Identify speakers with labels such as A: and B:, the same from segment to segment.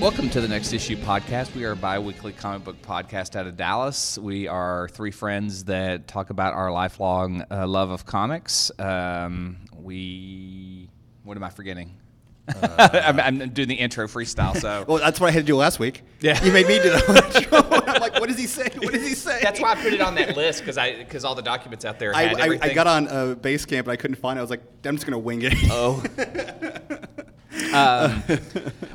A: Welcome to the Next Issue podcast. We are a bi weekly comic book podcast out of Dallas. We are three friends that talk about our lifelong uh, love of comics. Um, we. What am I forgetting? I'm, I'm doing the intro freestyle, so.
B: Uh, Well, that's what I had to do last week.
A: Yeah.
B: You made me do that. I'm like, what does he say? What does he say?
A: That's why I put it on that list because I because all the documents out there
B: I,
A: had
B: I, I
A: everything.
B: got on uh, Basecamp and I couldn't find it. I was like, I'm just going to wing it.
A: Oh. um,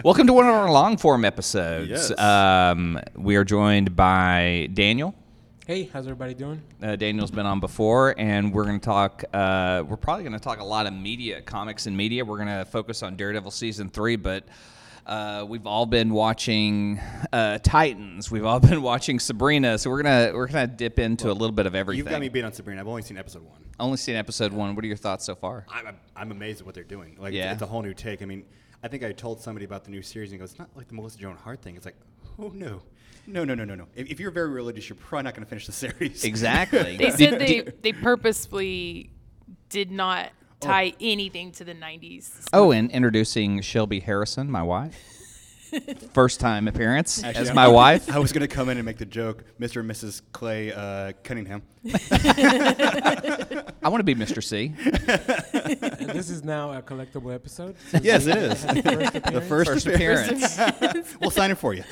A: welcome to one of our long form episodes.
B: Yes.
A: Um, we are joined by Daniel.
C: Hey, how's everybody doing?
A: Uh, Daniel's been on before, and we're going to talk. Uh, we're probably going to talk a lot of media, comics, and media. We're going to focus on Daredevil season three, but. Uh, we've all been watching uh, Titans. We've all been watching Sabrina. So we're gonna we're gonna dip into a little bit of everything.
B: You've got me beat on Sabrina. I've only seen episode one.
A: Only seen episode one. What are your thoughts so far?
B: I'm, I'm- I'm amazed at what they're doing. Like,
A: Yeah.
B: it's a whole new take. I mean, I think I told somebody about the new series and he goes, it's not like the Melissa Joan Hart thing. It's like, oh, no. No, no, no, no, no. If, if you're very religious, you're probably not going to finish the series.
A: Exactly.
D: They said they, they purposefully did not tie anything to the 90s.
A: Oh, and introducing Shelby Harrison, my wife. First time appearance
B: Actually,
A: as
B: I-
A: my wife.
B: I was going to come in and make the joke, Mr. and Mrs. Clay uh, Cunningham.
A: I want to be Mr. C.
C: And this is now a collectible episode. since
B: Yes,
C: we-
B: it is.
C: the first
B: The
C: appearance.
B: first,
A: First
B: appearance.
A: appearance.
B: we'll sign it for you.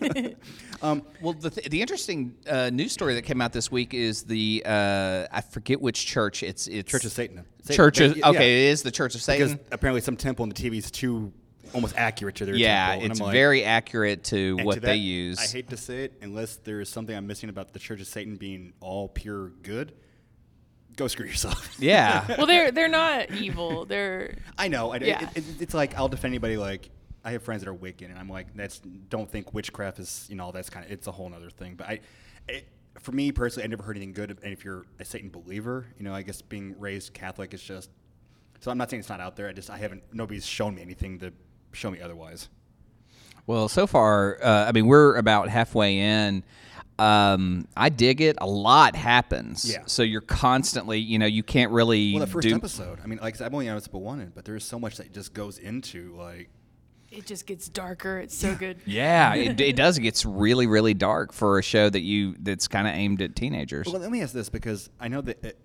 A: well, the, th- the interesting uh, news story that came out this week is the uh, I forget which church. It's it's
B: Church of Satan. Satan.
A: Church of
B: Yeah.
A: okay, it is the Church of
B: because
A: Satan.
B: apparently some temple in the TV is too almost accurate to their
A: Yeah,
B: temple. and
A: it's
B: I'm like-
A: very accurate to
B: and
A: what
B: to
A: they
B: that,
A: use.
B: I hate to say it, unless there is something I'm missing about the Church of Satan being all pure good, go screw yourself.
A: yeah,
D: Well, they're they're not evil. They're
B: I know. I, it-
D: Yeah.
B: it, it's like I'll defend anybody. Like I have friends that are Wiccan, and I'm like, that's don't think witchcraft is you know all that's kind of it's a whole other thing. But I, it, for me personally, I never heard anything good. And if you're a Satan believer, you know, I guess being raised Catholic is just. So I'm not saying it's not out there. I just I haven't nobody's shown me anything to show me otherwise.
A: Well, so far, uh, I mean, we're about halfway in. Um, I dig it. A lot happens.
B: Yeah.
A: So you're constantly, you know, you can't really
B: Well, the first
A: do.
B: episode. I mean, like I said, I've only on episode one, in, but there's so much that just goes into like.
D: it just gets darker. It's so good.
A: Yeah, it, it does. It gets really, really dark for a show that you that's kind of aimed at teenagers.
B: Well, let me ask this because I know that it,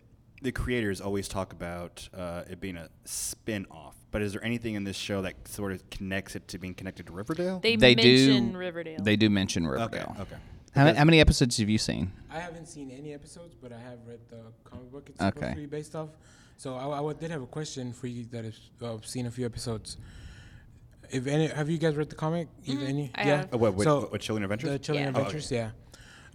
B: the creators always talk about uh, it being a spin off, but is there anything in this show that sort of connects it to being connected to Riverdale?
D: They,
A: They
D: mention
A: do.
D: Riverdale.
A: They do mention Riverdale.
B: okay.
A: How, ma- how many episodes have you seen?
C: I haven't seen any episodes, but I have read the comic book it's
A: Okay.
C: supposed to be based off. So I, I would- did have a question for you that I've uh, seen a few episodes. If any, have you guys read the comic? Either any?
D: Mm-hmm. I have.
B: Oh, what, what,
C: So-
B: what Chilling Adventures?
C: The Chilling
D: Yeah. Oh,
C: Adventures, yeah.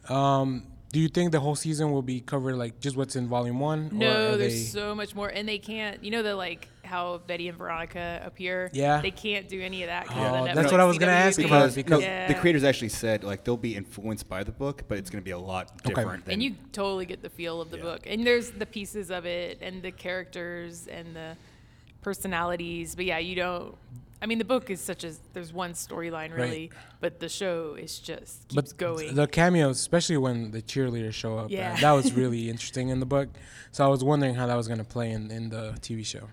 C: Um, do you think the whole season will be covered like just what's in volume one?
D: no,
C: are
D: there's
C: they-
D: so much more, and they can't. You know the like how Betty and Veronica appear.
C: Yeah.
D: they can't do any of that. 'cause
C: Oh,
D: of the
C: that's
D: Netflix
C: what I was gonna
D: CW
C: ask about,
B: because,
D: thing.
C: because-
B: no,
D: yeah.
B: the creators actually said like they'll be influenced by the book, but it's going to be a lot different. Than,
D: and you totally get the feel of the
B: Yeah.
D: book and there's the pieces of it and the characters and the personalities but yeah you don't i mean the book is such as there's one storyline really but the show is just keeps
C: th-
D: going
C: The cameos, especially when the cheerleaders show up, uh,
D: Yeah.
C: that was really interesting in the book. So I was wondering how that was going to play in, in the TV show.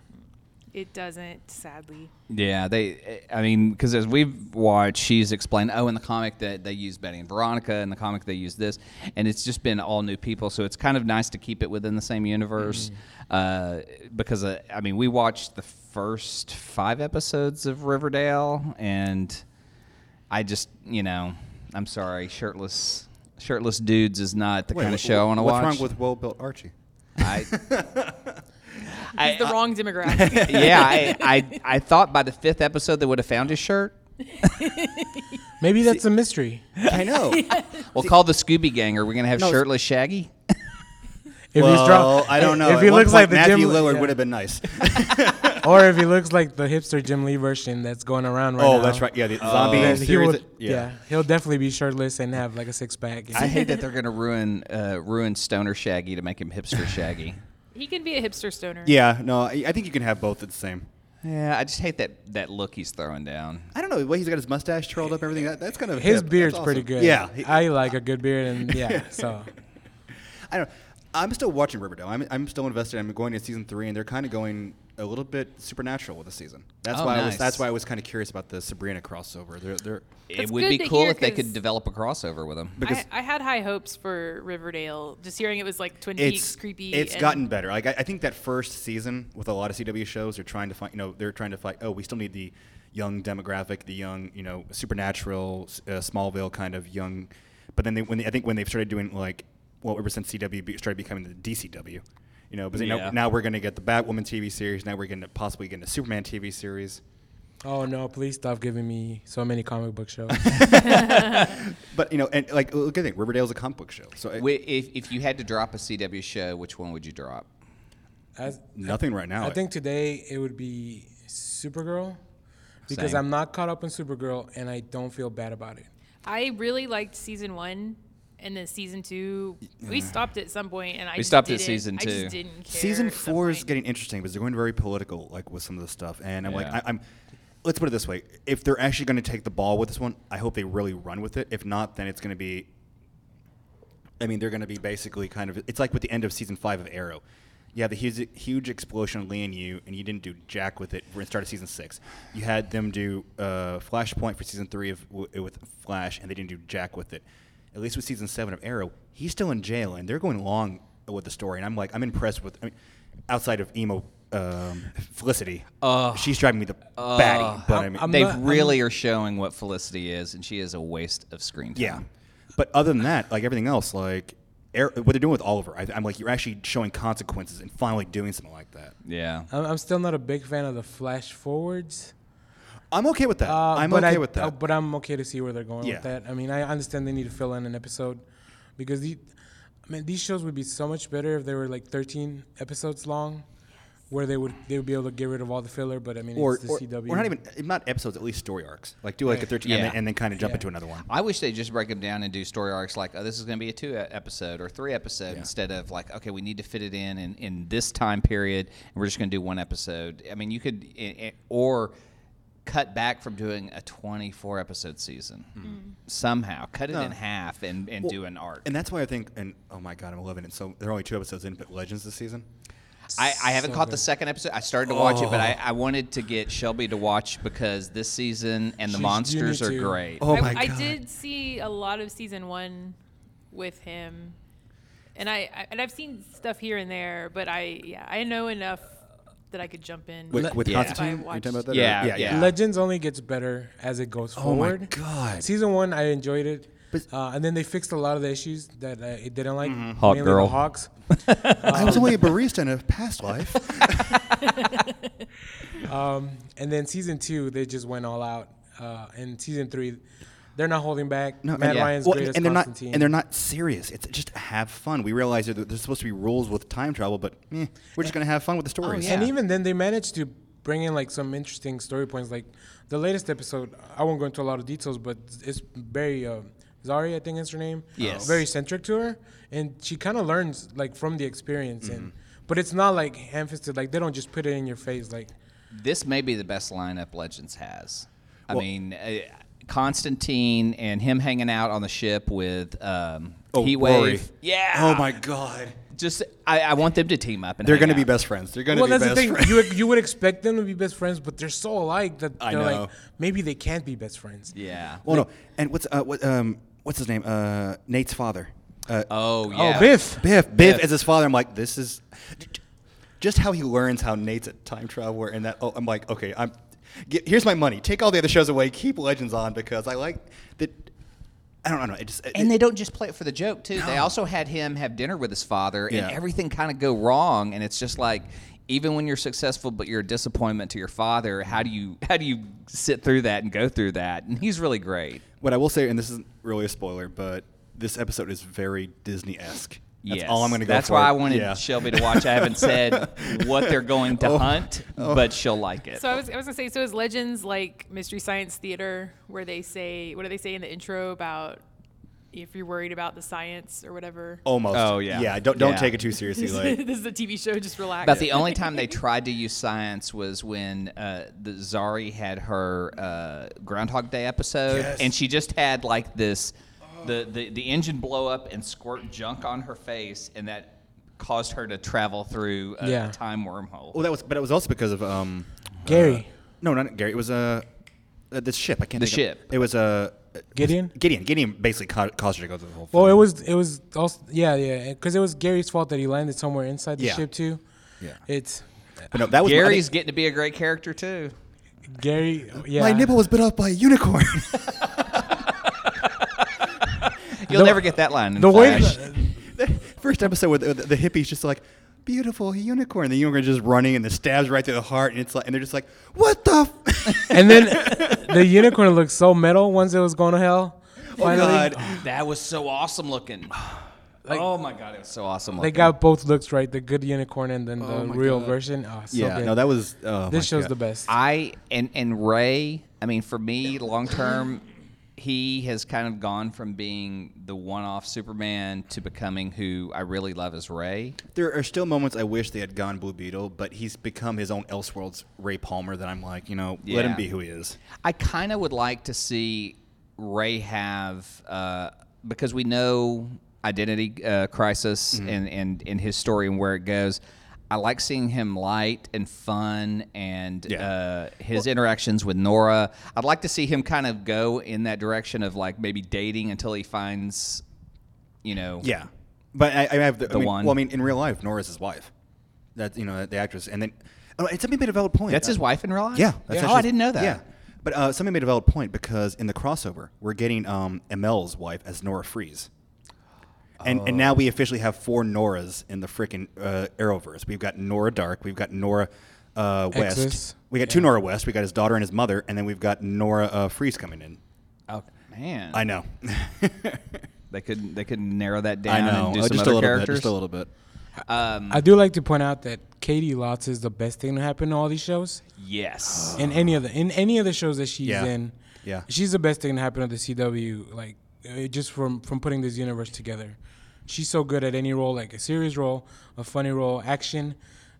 D: it doesn't sadly
A: Yeah, they. I mean, because as we've watched, she's explained. Oh, in the comic that they use Betty and Veronica, in the comic they use this, and it's just been all new people. So it's kind of nice to keep it within the same universe, uh, because uh, I mean, we watched the first five episodes of Riverdale, and I just, you know, I'm sorry, shirtless, shirtless dudes is not the
B: Wait,
A: kind of
B: wh-
A: show I want to watch.
B: What's wrong with well built Archie?
A: I, I-
B: uh,
D: it's the wrong demographic
A: yeah, I, I, I thought by the fifth episode they would have found his shirt.
C: Maybe that's a mystery.
B: I know.
A: We'll call the Scooby Gang. Are we gonna have
B: No, it's-
A: shirtless Shaggy?
C: If
B: well,
C: draw-
B: I don't know.
C: If
B: At
C: he
B: one
C: looks
B: point,
C: like the
B: Matthew
C: Jim,
B: Lillard
C: yeah.
B: would have been nice.
C: or if he looks like the hipster Jim Lee version that's going around right now.
B: oh, that's right. Yeah, the zombie
C: Then he
B: series.
C: would,
B: that-
C: yeah. he'll definitely be shirtless and have like a six pack.
A: I hate that they're gonna ruin uh, ruin Stoner Shaggy to make him hipster Shaggy.
D: he can be a hipster stoner
B: Yeah, no, I I think you can have both at the same.
A: yeah, I just hate that that look he's throwing down.
B: I don't know the way he's got his mustache twirled up, and everything. That, that's kind of
C: His
B: hip. That's
C: beard's
B: awesome.
C: pretty good.
B: Yeah, he-
C: I like a good beard, and yeah, so
B: I don't. I'm still watching Riverdale. I'm, I'm still invested. I'm going to season three, and they're kind of going a little bit supernatural with the season. That's
A: Oh,
B: why I
A: nice.
B: was that's why I was kind of curious about the Sabrina crossover. They're, they're
A: It
D: That's
A: would
D: good
A: be
D: to
A: cool
D: hear
A: if they
D: 'cause-
A: could develop a crossover with them.
B: because
D: I, I had high hopes for Riverdale. Just hearing it was like Twin
B: it's
D: Peaks, creepy.
B: It's
D: and-
B: gotten better. Like I, I think that first season with a lot of CW shows, they're trying to find you know they're trying to find oh we still need the young demographic, the young you know supernatural, s- uh, Smallville kind of young. But then they, when they, I think when they started doing like well ever since CW be- started becoming the DCW, you know, but you know,
A: Yeah.
B: now we're going to get the Batwoman TV series. Now we're going to possibly get a Superman TV series.
C: Oh no! Please stop giving me so many comic book shows.
B: But you know, and like look at it, Riverdale's a comic book show, so it,
A: Wi- If, if you had to drop a CW show, which one would you drop?
C: As,
B: nothing right now.
C: I think today it would be Supergirl because
A: Same.
C: I'm not caught up in Supergirl and I don't feel bad about it.
D: I really liked season one, and then season two. We stopped at some point, and I
A: We
D: just
A: stopped at
D: didn't-
A: season
D: I just
A: two.
D: didn't care
B: season
D: at some
B: four is
D: point.
B: getting interesting because they're going very political, like with some of the stuff. And I'm like,
A: Yeah.
B: I, I'm. Let's put it this way: if they're actually going to take the ball with this one, I hope they really run with it. If not, then it's going to be. I mean, they're going to be basically kind of. It's like with the end of season five of Arrow. You had the huge, huge explosion on Lee and you, and you didn't do jack with it. We're start of season six. You had them do uh, Flashpoint for season three of w- with Flash, and they didn't do jack with it. At least with season seven of Arrow, he's still in jail, and they're going long with the story. And I'm like, I'm impressed with. I mean, outside of emo um, Felicity, she's driving me the batty. But I mean,
C: I'm
A: they
C: not- I'm-
A: really are showing what Felicity is, and she is a waste of screen time.
B: Yeah, but other than that, like everything else, like air, what they're doing with Oliver, I, I'm like you're actually showing consequences and finally doing something like that.
A: Yeah.
C: I'm, I'm still not a big fan of the flash forwards.
B: I'm okay with that.
C: Uh,
B: I'm
C: but
B: okay
C: I-
B: with that.
C: uh, but I'm okay to see where they're going
B: Yeah.
C: with that. I mean, I understand they need to fill in an episode because the, I mean, these shows would be so much better if they were like 13 episodes long, where they would they would be able to get rid of all the filler. But I mean,
B: or,
C: it's the
B: or,
C: CW.
B: or not even not episodes, at least story arcs. Like do like a 13 and,
A: Yeah.
B: then, and then kind of jump into another one.
A: I wish they just break them down and do story arcs like, oh, this is going to be a two e- episode or three episode instead of like, okay, we need to fit it in in, in this time period and we're just going to do one episode. I mean, you could, i- i- or cut back from doing a 24 episode season
C: Mm-hmm.
A: Mm-hmm. somehow, cut it in half and, and do an arc.
B: And that's why I think, and oh my god, I'm 11, and so there are only two episodes in, but Legends this season.
A: I, I haven't caught the second episode. I started to watch it, but I,
C: Oh.
A: I wanted to get Shelby to watch because this season and the
C: She's- you
A: monsters
C: need
A: are
C: to-
A: great.
B: Oh
D: I,
B: my
D: I
B: god,
D: did see a lot of season one with him, and I, I and I've seen stuff here and there, but I yeah I know enough that I could jump in.
B: with, with
A: Yeah.
B: Constantine,
D: I
B: Are you talking about
D: watched-
B: that? or-
A: Yeah, yeah.
C: Legends only gets better as it goes
B: Oh my
C: forward.
B: god.
C: Season one, I enjoyed it.
B: But-
C: uh, and then they fixed a lot of the issues that I didn't like.
A: Hawk
C: mainly the
A: girl.
C: Hawks. Um,
B: I was only a barista in a past life.
C: And then season two, they just went all out. Uh, and season three, they're not holding back. No, Matt
B: and-
C: Ryan's
B: well,
C: great as
B: and they're not
C: Constantine.
B: and they're not serious. It's just have fun. We realize that there's supposed to be rules with time travel, but eh, we're just gonna have fun with the stories.
A: Oh, yeah.
C: And even then, they managed to bring in like some interesting story points. Like the latest episode, I won't go into a lot of details, but it's very uh, Zari, I think is her name.
A: Yes.
C: Very centric to her, and she kind of learns like from the experience. And
B: Mm-hmm.
C: but it's not like ham-fisted. Like they don't just put it in your face. Like
A: this may be the best lineup Legends has. I mean, uh, Constantine and him hanging out on the ship with um,
B: Oh,
A: Heat
B: Rory.
A: Wave. Yeah.
B: Oh my god.
A: Just I, I want them to team up and
B: They're
A: hang
B: gonna be
A: out.
B: best friends. They're gonna
C: well,
B: be
C: that's the
B: best
C: thing.
B: friends.
C: You, you would expect them to be best friends, but they're so alike that
B: I
C: they're
B: know.
C: like maybe they can't be best friends.
A: Yeah.
B: well, Oh, no. And what's uh, what um what's his name? Uh, Nate's father. Uh,
A: Oh
C: Oh,
A: yeah.
C: Biff.
B: Biff. Biff
A: Biff.
B: is his father. I'm like, this is just how he learns how Nate's a time traveler, and that. Oh, I'm like, okay, I'm. Get, here's my money. Take all the other shows away. Keep Legends on because I like that. I don't, I don't know. It just
A: And they don't just play it for the joke too. They also had him have dinner with his father,
B: Yeah.
A: and everything kind of go wrong. And it's just like, even when you're successful, but you're a disappointment to your father. How do you how do you sit through that and go through that? And he's really great.
B: What I will say, and this isn't really a spoiler, but this episode is very Disney esque. That's
A: Yes.
B: all I'm going to go
A: That's
B: for.
A: why I wanted
B: Yeah. Oh.
A: Shelby to watch. I haven't said what they're going to hunt, but she'll like it.
D: So I was, I was gonna say, so is Legends like Mystery Science Theater, where they say, what do they say in the intro about if you're worried about the science or whatever?
B: Almost.
A: Oh, yeah.
B: Yeah. Don't don't
A: Yeah.
B: take it too seriously. Like
D: this is a TV show. Just relax.
A: About the only time they tried to use science was when uh, the Zari had her uh, Groundhog Day episode,
B: Yes. Oh.
A: and she just had like this the, the the engine blow up and squirt junk on her face, and that caused her to travel through a, a
C: Yeah.
A: time wormhole.
B: Well, that was, but it was also because of um,
C: Gary.
B: uh, no, not Gary. It was uh, uh, the ship. I can't.
A: The
B: think of-
A: ship.
B: it was a uh,
C: Gideon?
B: Gideon. Gideon basically ca- caused her to go through the whole.
C: Well, it
B: thing.
C: was it was also yeah yeah because it was Gary's fault that he landed somewhere inside the
B: Yeah.
C: ship too.
B: Yeah.
C: It's
B: But no, that was
A: Gary's
B: I think-
A: getting to be a great character too.
C: Gary. Yeah.
B: My nipple was bit off by a unicorn.
A: You'll
C: The-
A: never get that line. In
C: The way
A: Flash.
C: the-
B: First episode with the, the hippie's just like beautiful unicorn. The unicorn just running and the stabs right through the heart, and it's like, and they're just like, what the. F-?
C: and then the unicorn looked so metal once it was going to hell.
B: Oh
C: Finally,
B: God!
A: that was so awesome looking. oh my god, it was so awesome looking.
C: They got both looks right, the good unicorn and then the
B: Oh my
C: real
B: God.
C: version. Oh, so
B: yeah,
C: good.
B: no, that was. Oh
C: this
B: my
C: show's
B: God.
C: the best.
A: I and and Ray. I mean, for me, long term, he has kind of gone from being the one-off Superman to becoming who I really love as Ray.
B: There are still moments I wish they had gone Blue Beetle, but he's become his own Elseworlds Ray Palmer. That I'm like, you know, let
A: Yeah.
B: him be who he is.
A: I kind of would like to see Ray have uh, because we know identity uh, crisis
B: Mm-hmm.
A: and, and and his story and where it goes. I like seeing him light and fun and
B: Yeah.
A: uh, his interactions with Nora. I'd like to see him kind of go in that direction of like maybe dating until he finds, you know,
B: Yeah, but I, I have the, I
A: The
B: mean,
A: one.
B: Well, I mean, in real life, Nora's his wife. That you know, the actress, and then oh, and somebody made a valid point.
A: that's his
B: Uh,
A: wife in real life.
B: Yeah.
A: That's
B: that's
A: Oh, I
B: actually-
A: didn't know that.
B: Yeah, but uh, somebody made a valid point because in the crossover, we're getting um, Emel's wife as Nora Freeze. And, and now
A: Oh.
B: we officially have four Noras in the freaking uh, Arrowverse. We've got Nora Dark. We've got Nora uh, West.
C: Exus.
B: We got two Nora West. We got his daughter and his mother, and then we've got Nora uh, Freeze coming in. uh,
A: Oh man,
B: I know.
A: they could they could narrow that down
B: I know.
A: and do
B: Uh,
A: some
B: just
A: other
B: a little
A: characters.
B: bit. Just a little bit.
C: I do like to point out that Katie Lotz is the best thing to happen to all these shows.
A: Yes.
C: in any of the in any of the shows that she's
B: Uh-huh. Yeah.
C: in.
B: Yeah.
C: she's the best thing to happen to the CW. Like uh, just from from putting this universe together, she's so good at any role, like a serious role, a funny role, action.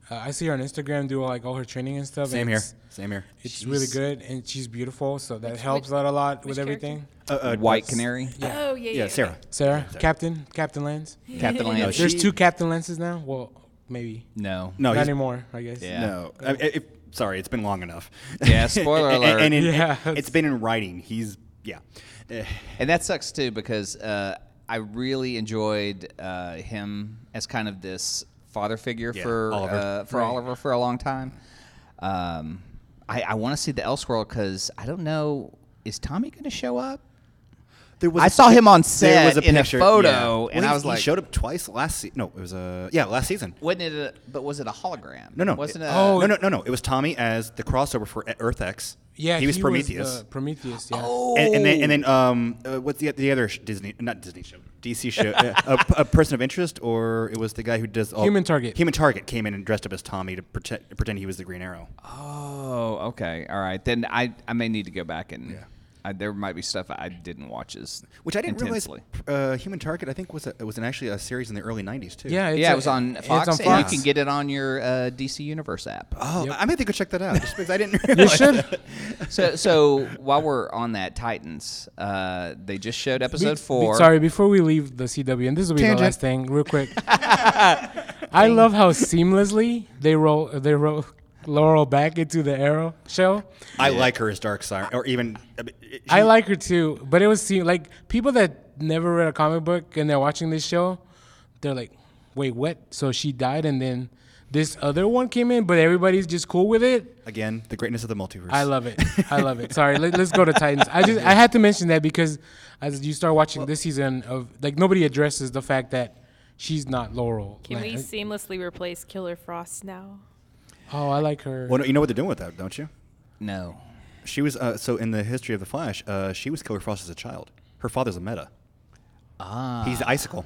C: Uh, I see her on Instagram do like all her training and stuff.
B: Same
C: and
B: here.
C: It's,
B: Same here.
C: it's really good, and she's beautiful, so that helps
D: which-
C: out a lot with
D: which character?
C: everything.
B: Uh, uh,
A: White
B: that's-
A: Canary.
D: Oh yeah, yeah.
B: Yeah, Sarah.
C: Sarah, Captain, Captain Lance.
A: Captain Lance.
B: she-
C: There's two Captain Lances now. Well, maybe
A: No.
B: No,
C: not
B: he's-
C: anymore. I guess.
A: Yeah.
B: no. I- I- if, sorry, it's been long enough.
A: Yeah, spoiler
B: And- and- And, in-
C: alert. Yeah.
B: it's been in writing. He's yeah. Eh,
A: And that sucks too because uh, I really enjoyed uh, him as kind of this father figure
B: Yeah,
A: for
B: Oliver.
A: Uh, for Oliver for a long time. Um, I, I want to see the Elseworld because I don't know is Tommy going to show up?
B: There was
A: I
B: a-
A: saw him on
B: there was
A: set in a
B: picture,
A: photo,
B: yeah.
A: and
B: Well,
A: I
B: he-
A: was like-
B: he showed up twice last season. No, it was uh, yeah, last season.
A: Wasn't it? A, but was it a hologram?
B: No, no,
A: Wasn't
B: it,
A: it?
B: oh,
A: a,
B: no, no, no, no. It was Tommy as the crossover for E-, Earth X.
C: Yeah,
B: he was Prometheus. Oh.
C: the Oh. Prometheus. Yeah.
B: and, and then, and then, um, uh, what's the the other sh- Disney? Not Disney show, DC show. uh, a, a person of interest, or it was the guy who does all,
C: Human Target.
B: Human Target came in and dressed up as Tommy to pretend, pretend he was the Green Arrow.
A: Oh, okay, all right. Then I, I may need to go back and
B: Yeah.
A: I, there might be stuff I didn't watch as
B: Which I didn't
A: intensely.
B: realize. Uh, Human Target, I think, was a, it was an, actually a series in the early '90s too.
C: Yeah, it's
A: yeah,
C: a-
A: it was on
C: it's
A: Fox,
C: on
A: and
C: Fox.
A: you can get it on your uh, DC Universe app.
B: Oh,
C: Yep.
B: I might have to go check that out just because I didn't realize.
C: should.
A: So, so while we're on that, Titans, uh, they just showed episode
C: Be- be-
A: four.
C: sorry, before we leave the CW, and this will be the
B: Tangent.
C: last thing, real quick. I love how seamlessly they roll they roll Laurel back into the Arrow show.
B: I like her as Dark Siren, or even. I mean, it-
C: I
B: she-
C: like her too, but it was seem like people that never read a comic book and they're watching this show, they're like, "Wait, what?" So she died, and then this other one came in, but everybody's just cool with it.
B: again the greatness of the multiverse.
C: I love it. I love it. Sorry, let, us go to Titans. I just I had to mention that because as you start watching this season of like nobody addresses the fact that she's not Laurel.
D: Can
C: Like,
D: we seamlessly replace Killer Frost now?
C: oh, I like her.
B: Well, no, you know what they're doing with that, don't you?
A: No.
B: She was uh, so in the history of the Flash. Uh, she was Killer Frost as a child. Her father's a Meta. Ah. He's the icicle.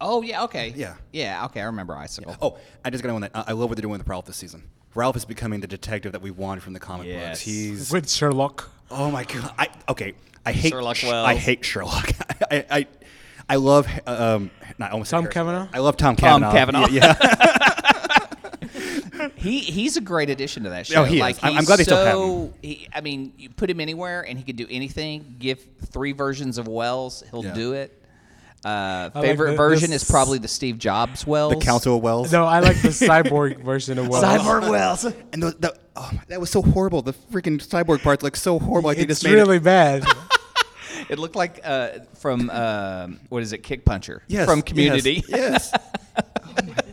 A: Oh yeah. Okay.
B: Yeah.
A: Yeah. Okay. I remember Icicle.
B: Oh, I just got to one that I I love what they're doing with Ralph this season. Ralph is becoming the detective that we wanted from the comic
A: Yes.
B: books. He's
C: with Sherlock.
B: Oh my god! I, okay, I hate
A: Sherlock
B: Sh-
A: Wells.
B: I hate Sherlock. I I, I love um. Not, I almost said
C: Tom
B: Harrison.
C: Cavanaugh?
B: I love Tom
A: Tom
B: Cavanaugh.
A: Cavanaugh.
B: Yeah, yeah.
A: He he's a great addition to that show.
B: Oh, he is.
A: like,
B: I'm- I'm
A: he's
B: glad they
A: so,
B: still have
A: He, I mean, you put him anywhere and he could do anything. Give three versions of Wells, he'll
B: Yeah.
A: do it. Uh,
C: like
A: favorite
C: the- the
A: version
C: s-
A: is probably the Steve Jobs Wells.
B: The Council of Wells.
C: No, I like the cyborg version of Wells.
A: Cyborg Wells.
B: And the, the oh, my- that was so horrible. The freaking cyborg part looked so horrible. Like they
C: It's
B: just made it-
C: really bad.
A: It looked like uh, from um what is it? Kick Puncher
B: Yes,
A: from
B: yes,
A: Community.
B: Yes. oh my god.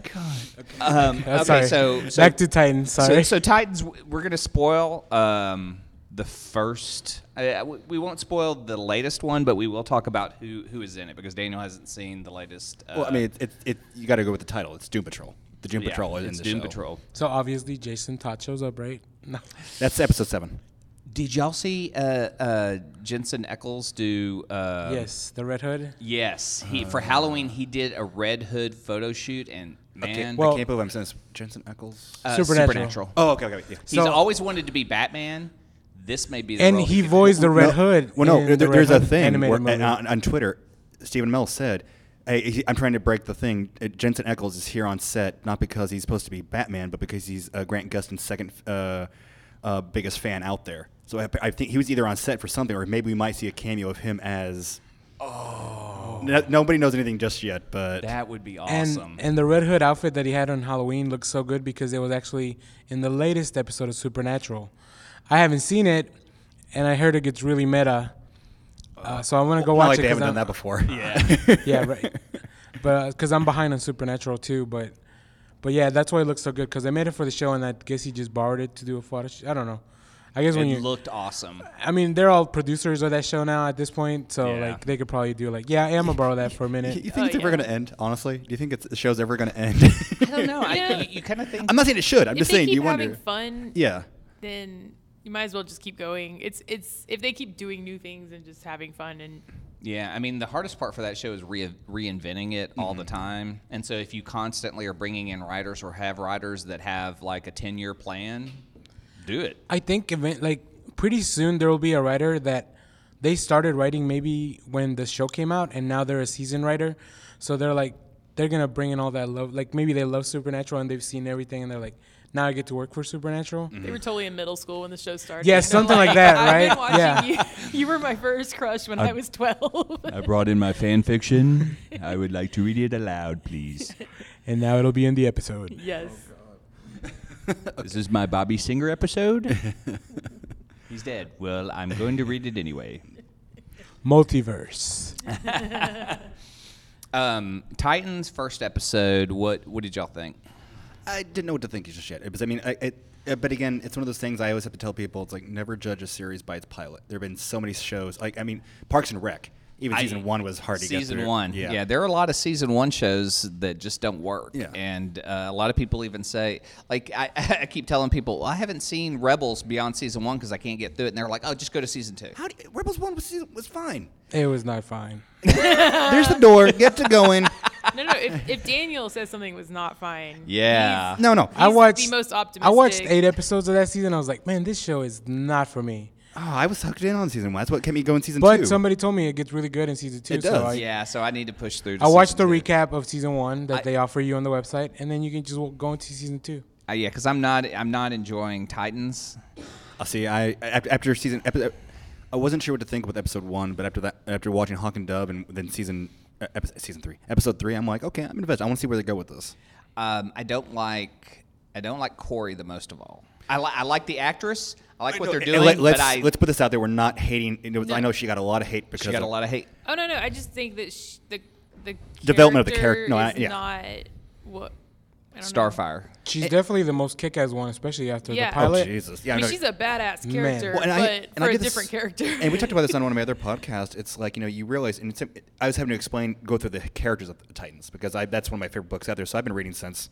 A: Um, okay,
C: sorry.
A: so, so
C: back to Titans.
A: So,
C: Sorry.
A: so Titans, w- we're gonna spoil um, the first. Uh, we- we won't spoil the latest one, but we will talk about who who is in it because Daniel hasn't seen the latest. Uh,
B: Well, I mean, it, it, it you got to go with the title. It's Doom Patrol. The Doom
A: yeah,
B: Patrol is
A: it's
B: in the
A: Doom
B: show.
A: Patrol.
C: So obviously Jason Todd shows up, right? No.
B: That's episode seven.
A: Did y'all see uh, uh, Jensen Eccles do? Uh,
B: Um,
C: yes, the Red Hood.
A: Yes, he for Halloween he did a Red Hood photo shoot, and man,
C: well-
B: I can't believe I'm saying this. Jensen Eccles.
A: uh,
C: Supernatural.
B: oh, okay, okay. Yeah.
A: He's
C: So-
A: always wanted to be Batman. This may be the
C: And
A: role
C: he
A: could do.
C: voiced the Red
B: No,
C: Hood.
B: Well, no,
C: in
B: there-
C: the Red
B: there's a
C: Hood
B: thing
C: animated
B: where, uh,
C: movie.
B: on, on Twitter. Stephen Mel said, hey, he- "I'm trying to break the thing. Uh, Jensen Eccles is here on set not because he's supposed to be Batman, but because he's uh, Grant Gustin's second uh, uh, biggest fan out there. So I, I think he was either on set for something, or maybe we might see a cameo of him as. Oh, nobody knows anything just yet, but
A: That would be
C: and
A: awesome.
C: and the Red Hood outfit that he had on Halloween looked so good because it was actually in the latest episode of Supernatural. I haven't seen it, and I heard it gets really meta. Uh, so I'm gonna go
B: not
C: watch
B: like
C: it.
B: they
C: 'cause
B: haven't done
C: I'm-
B: that before. Yeah,
C: yeah, right. But because I'm behind on Supernatural too, but but yeah, that's why it looks so good because I made it for the show, and I guess he just borrowed it to do a photo shoot. I don't know. I guess when you
A: it looked awesome.
C: I mean, they're all producers of that show now at this point, so
A: Yeah.
C: like they could probably do like, yeah, I'm gonna borrow that for a
B: you,
C: minute.
B: you think
D: Oh,
B: it's ever
D: yeah.
B: going to end? Honestly, do you think it's, the show's ever going to end?
A: I don't know. I,
D: Yeah.
A: you, you kind of think
B: I'm not saying it should. I'm
D: If
B: just
D: they
B: saying
D: keep
B: you
D: having
B: wonder.
D: fun,
B: Yeah,
D: then you might as well just keep going. It's it's if they keep doing new things and just having fun and
A: Yeah, I mean, the hardest part for that show is re- reinventing it all
C: Mm-hmm.
A: the time. And so, if you constantly are bringing in writers or have writers that have like a 10 year plan, do it.
C: I think event, like pretty soon there will be a writer that they started writing maybe when the show came out, and now they're a seasoned writer, so they're like they're gonna bring in all that love. Like maybe they love Supernatural and they've seen everything, and they're like, now I get to work for Supernatural.
D: they were totally in middle school when the show started.
C: Yeah,
D: They're
C: something like that, right?
D: I've been watching you. You were my first crush when I, was 12.
A: I brought in my fan fiction. I would like to read it aloud, please.
C: And now it'll be in the episode.
D: yes.
B: Oh,
A: This is my Bobby Singer episode. He's dead. Well, I'm going to read it anyway.
C: Multiverse.
A: Um, Titans first episode. What what did y'all think?
B: I didn't know what to think just yet. It was, I mean, I, it, uh, but again, it's one of those things I always have to tell people. It's like never judge a series by its pilot. There have been so many shows. Like I mean, Parks and Rec. Even
A: I-
B: season one was hard to get
A: season
B: through.
A: one. Yeah. there are a lot of season one shows that just don't work.
B: Yeah.
A: and uh, a lot of people even say, like, I, I keep telling people, well, I haven't seen Rebels beyond season one because I can't get through it, and they're like, oh, just go to season two.
B: How do you, Rebels one was season, was fine.
C: It was not fine. Uh,
B: There's the door. Get to going.
D: No, no. If, if Daniel says something was not fine,
A: Yeah.
B: No, Oh, no.
C: I
D: He's the
C: watched
D: most
C: I watched
D: optimistic.
C: eight episodes of that season. I was like, man, this show is not for me.
B: Oh, I was hooked in on season one. That's what kept me going. Season
C: But
B: two.
C: somebody told me it gets really good in season two.
B: It
C: so
B: does.
C: I,
A: yeah, so I need to push through. To
C: I watched the
A: season two.
C: recap of season one that
A: I-
C: they offer you on the website, and then you can just w- go into season two.
A: Uh, yeah, because I'm not, I'm not enjoying Titans.
B: I Uh, see. I I- af- after season epi- I wasn't sure what to think with episode one, but after that, after watching Hawk and Dove, and then season uh, episode, season three, episode three, I'm like, okay, I'm invested. I want to see where they go with this.
A: Um, I don't like, I don't like Corey the most of all. I, li- I like the actress. I like what they're doing,
B: Let, us
A: but I
B: let's put this out there. We're not hating. it was- I know she got a lot of hate because
A: she got a
B: of-
A: lot of hate.
D: Oh no, no. I just think that sh- the the
B: Development of the character- no, I-
D: is
B: yeah.
D: not what I don't know.
A: Starfire.
C: She's definitely the most kick-ass one, especially after
D: Yeah.
C: the
D: Oh,
B: Oh,
C: pilot.
B: Jesus. Yeah,
D: I
B: know.
D: mean, she's a badass
C: Man.
D: character,
C: Well,
B: and I-
D: but
B: and I
D: for a
B: get this-
D: different character.
B: and we talked about this on one of my other podcasts. It's like you know you realize, and it's, I was having to explain go through the characters of the Titans because I, that's one of my favorite books out there. So I've been reading since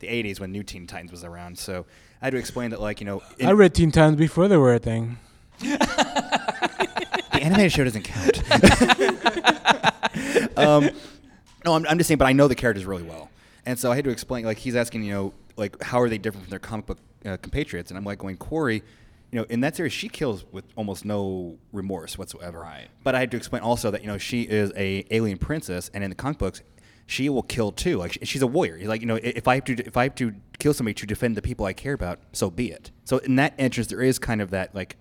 B: the '80s when New Teen Titans was around. So I had to explain that like you know in-
C: I read Teen Titans before they were a thing.
B: the animated show doesn't count. um, no, I'm, I'm just saying, but I know the characters really well, and so I had to explain. Like he's asking, you know, like how are they different from their comic book uh, compatriots? And I'm like going, Corey, you know, in that series, she kills with almost no remorse whatsoever.
A: Right.
B: But I had to explain also that you know she is a alien princess, and in the comic books. She will kill too. Like she- she's a warrior. Like you know, i- if I have to, if I have to kill somebody to defend the people I care about, so be it. So in that entrance, there is kind of that like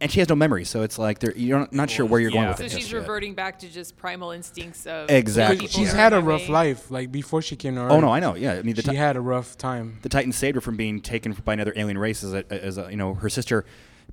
B: and she has no memory, so it's like they're, you're not- not sure where you're going
E: Yeah.
B: with
D: So
B: it.
D: she's reverting back to just primal instincts of
B: Exactly.
D: people
C: She's
D: who are
C: had a
D: that
C: rough
D: way.
C: life. Like before she came to Earth.
B: Oh no, I know. Yeah, I mean the,
C: She
B: ti-
C: had a rough time.
B: the Titan saved her from being taken by another alien race. As, a, as a, you know, her sister